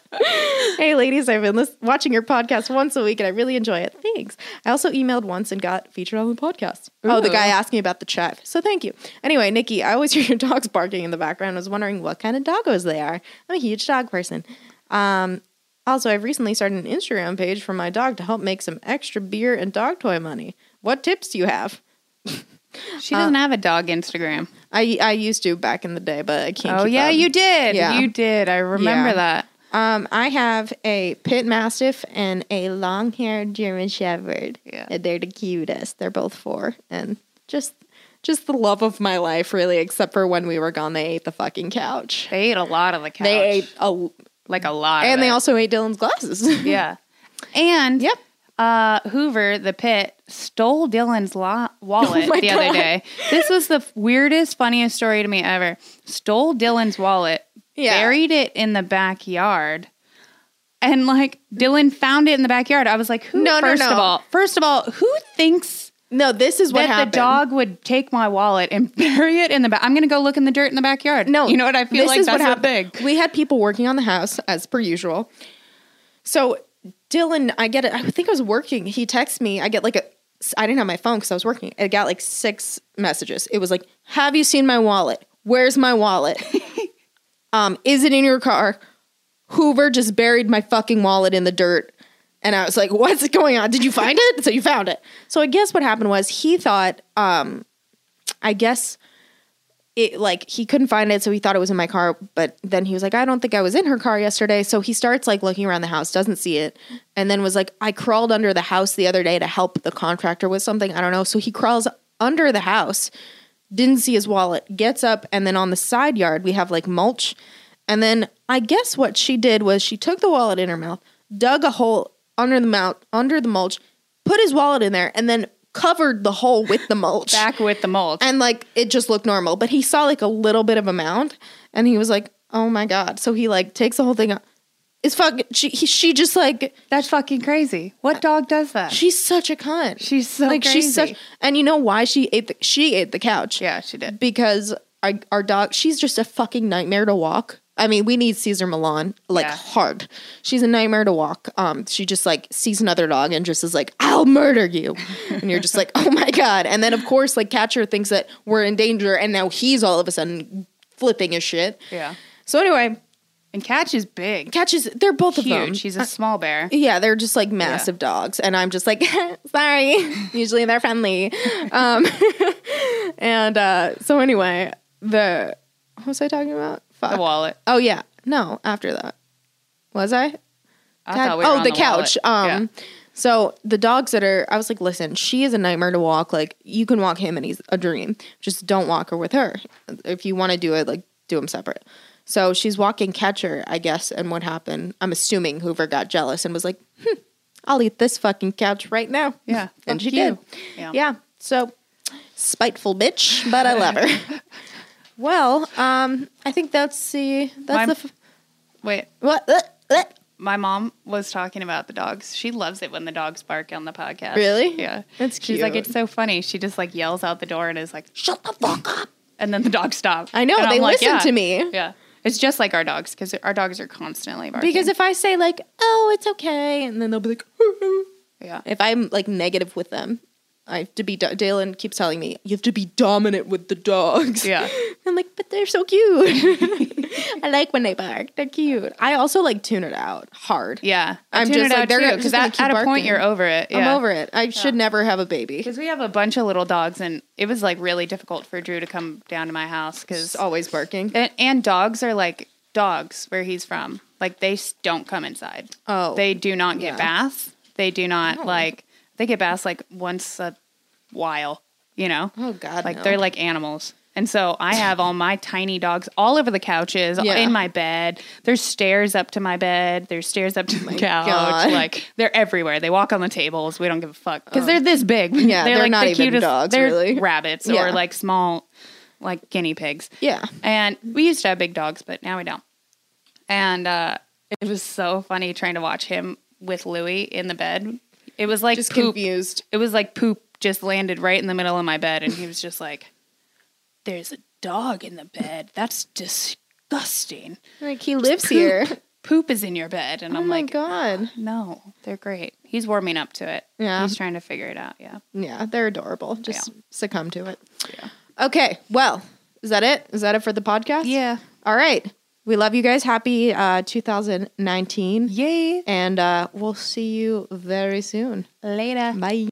Speaker 1: hey, ladies, I've been lis- watching your podcast once a week and I really enjoy it. Thanks. I also emailed once and got featured on the podcast. Oh, the
Speaker 4: Ooh.
Speaker 1: guy asked me about the check. So thank you. Anyway, Nikki, I always *laughs* hear your dogs barking in the background. I was wondering what kind of doggos they are. I'm a huge dog person. Um, also, I've recently started an Instagram page for my dog to help make some extra beer and dog toy money. What tips do you have?
Speaker 4: She doesn't have a dog Instagram.
Speaker 1: I I used to back in the day, but I can't.
Speaker 4: Oh
Speaker 1: keep
Speaker 4: yeah,
Speaker 1: up.
Speaker 4: you did.
Speaker 1: Yeah.
Speaker 4: You did. I remember
Speaker 1: Yeah.
Speaker 4: that.
Speaker 1: Um, I have a pit mastiff and a long-haired German Shepherd.
Speaker 4: Yeah.
Speaker 1: and they're the cutest. They're both four, and just just the love of my life, really. Except for when we were gone, they ate the fucking couch.
Speaker 4: They ate a lot of the couch.
Speaker 1: They ate a,
Speaker 4: like a lot. of
Speaker 1: and they
Speaker 4: it.
Speaker 1: also ate Dylan's glasses. *laughs*
Speaker 4: yeah. And
Speaker 1: Yep.
Speaker 4: Uh, Hoover the pit stole Dylan's lo-
Speaker 1: *laughs*
Speaker 4: wallet
Speaker 1: Oh my
Speaker 4: the other
Speaker 1: God.
Speaker 4: day. This was the weirdest, funniest story to me ever. Stole Dylan's wallet,
Speaker 1: Yeah.
Speaker 4: buried it in the backyard, and like Dylan found it in the backyard. I was like, "Who?"
Speaker 1: No, no,
Speaker 4: first of
Speaker 1: no.
Speaker 4: all, first of all, who thinks
Speaker 1: no, this is what
Speaker 4: that
Speaker 1: happened.
Speaker 4: the dog would take my wallet and *laughs* bury it in the back. I'm gonna go look in the dirt in the backyard.
Speaker 1: No,
Speaker 4: you know what I feel
Speaker 1: this
Speaker 4: like.
Speaker 1: is
Speaker 4: That's
Speaker 1: what
Speaker 4: what
Speaker 1: happened.
Speaker 4: big.
Speaker 1: We had people working on the house as per usual. So Dylan, I get it. I think I was working. He texts me. I get like a. I didn't have my phone because I was working. I got like six messages. It was like, "Have you seen my wallet? Where's my
Speaker 4: *laughs*
Speaker 1: wallet? um, is it in your car? Hoover just buried my fucking wallet in the dirt." And I was like, "What's going on? Did you find it?" So you found it. So I guess what happened was he thought, um, I guess it like he couldn't find it so he thought it was in my car but then he was like i don't think i was in her car yesterday so he starts like looking around the house doesn't see it and then was like i crawled under the house the other day to help the contractor with something i don't know so he crawls under the house didn't see his wallet gets up and then on the side yard we have like mulch and then i guess what she did was she took the wallet in her mouth dug a hole under the mount under the mulch put his wallet in there and then covered the hole with the mulch
Speaker 4: Back with the mulch.
Speaker 1: and like it just looked normal but he saw like a little bit of amount and he was like oh my god so he like takes the whole thing up it's fucking she, he, she just like
Speaker 4: That's fucking crazy. What dog does that?
Speaker 1: she's such a cunt
Speaker 4: She's so
Speaker 1: like she's such
Speaker 4: crazy.
Speaker 1: and you know why she ate the she ate the couch
Speaker 4: yeah, she did.
Speaker 1: because I, our dog she's just a fucking nightmare to walk i mean we need caesar milan like
Speaker 4: Yeah.
Speaker 1: hard she's a nightmare to walk um she just like sees another dog and just is like i'll murder you and you're just like *laughs* oh my god and then of course like catcher thinks that we're in danger and now he's all of a sudden flipping his shit
Speaker 4: Yeah.
Speaker 1: so anyway
Speaker 4: And Catch is big.
Speaker 1: catches they're both of them Uh,
Speaker 4: Huge. He's a small bear.
Speaker 1: yeah, they're just like massive dogs, and I'm just like, *laughs* sorry. Usually they're friendly, um, *laughs* and uh, so anyway, the what was I talking about? Fuck.
Speaker 4: The wallet.
Speaker 1: Oh yeah, no. After that, was I?
Speaker 4: I
Speaker 1: Dad-
Speaker 4: thought we were
Speaker 1: oh,
Speaker 4: on
Speaker 1: the, couch.
Speaker 4: wallet.
Speaker 1: Um,
Speaker 4: Yeah.
Speaker 1: so the dogs that are, I was like, listen, she is a nightmare to walk. Like you can walk him, and he's a dream. Just don't walk her with her. If you want to do it, like do them separate. So she's walking catcher, I guess. And what happened? I'm assuming Hoover got jealous and was like, hmm, I'll eat this fucking couch right now.
Speaker 4: Yeah,
Speaker 1: and
Speaker 4: fuck
Speaker 1: she
Speaker 4: you.
Speaker 1: did.
Speaker 4: Yeah.
Speaker 1: Yeah. So spiteful bitch, but I love
Speaker 4: *laughs*
Speaker 1: her. well, um, I think that's the that's
Speaker 4: My-
Speaker 1: the f-
Speaker 4: Wait,
Speaker 1: what. uh, uh.
Speaker 4: my mom was talking about the dogs. She loves it when the dogs bark on the podcast.
Speaker 1: Really?
Speaker 4: Yeah.
Speaker 1: That's
Speaker 4: She's like,
Speaker 1: cute.
Speaker 4: it's so funny. She just like yells out the door and is like,
Speaker 1: Shut the fuck up.
Speaker 4: and then the dogs stop.
Speaker 1: I know,
Speaker 4: And
Speaker 1: they
Speaker 4: I'm like,
Speaker 1: listen
Speaker 4: yeah.
Speaker 1: to me.
Speaker 4: Yeah. It's just like our dogs because our dogs are constantly barking.
Speaker 1: Because if I say like, "Oh, it's okay," and then they'll be like, *laughs*
Speaker 4: yeah.
Speaker 1: if I'm like negative with them, I have to be. Do- Dalen keeps telling me you have to be dominant with the dogs.
Speaker 4: Yeah.
Speaker 1: *laughs* I'm like, but they're so cute. *laughs* I like when they bark; they're cute. I also like tune it out hard.
Speaker 4: Yeah, I
Speaker 1: I'm
Speaker 4: tune
Speaker 1: just
Speaker 4: it
Speaker 1: like,
Speaker 4: out
Speaker 1: they're
Speaker 4: too,
Speaker 1: just
Speaker 4: because
Speaker 1: gonna
Speaker 4: at,
Speaker 1: keep
Speaker 4: at a point
Speaker 1: barking.
Speaker 4: you're over it.
Speaker 1: I'm over it. I should never have a baby.
Speaker 4: Because we have a bunch of little dogs, and it was like really difficult for Drew to come down to my house because
Speaker 1: It's always barking.
Speaker 4: and, and dogs are like dogs where he's from. Like they s- don't come inside.
Speaker 1: Oh,
Speaker 4: they do not get
Speaker 1: yeah.
Speaker 4: baths. They do not like they get baths like once a while. You know.
Speaker 1: Oh, God,
Speaker 4: Like
Speaker 1: no.
Speaker 4: they're like animals. And so I have all my tiny dogs all over the couches,
Speaker 1: Yeah.
Speaker 4: in my bed. There's stairs up to my bed. There's stairs up to the couch.
Speaker 1: Oh God. Oh.
Speaker 4: Like they're everywhere. They walk on the tables. We don't give a fuck because they're this big.
Speaker 1: Yeah, they're not even dogs,
Speaker 4: They're
Speaker 1: really.
Speaker 4: rabbits
Speaker 1: Yeah.
Speaker 4: or like small, like guinea pigs.
Speaker 1: Yeah.
Speaker 4: And we used to have big dogs, but now we don't. And uh, it was so funny trying to watch him with Louie in the bed. It was like
Speaker 1: Just
Speaker 4: poop.
Speaker 1: confused.
Speaker 4: It was like poop just landed right in the middle of my bed, and he was just like, "There's a dog in the bed. That's disgusting.
Speaker 1: Like he lives
Speaker 4: Poop-
Speaker 1: here.
Speaker 4: Poop is in your bed." And
Speaker 1: Oh
Speaker 4: *laughs* I'm
Speaker 1: my
Speaker 4: like,
Speaker 1: god.
Speaker 4: "No, they're great." He's warming up to it.
Speaker 1: Yeah.
Speaker 4: he's trying to figure it out. Yeah.
Speaker 1: Yeah, they're adorable. Just
Speaker 4: Yeah.
Speaker 1: succumb to it. Okay. Well, is that it? Is that it for the podcast?
Speaker 4: Yeah.
Speaker 1: All right. We love you guys. Happy uh, 2019.
Speaker 4: Yay.
Speaker 1: And uh, we'll see you very soon.
Speaker 4: Later.
Speaker 1: Bye.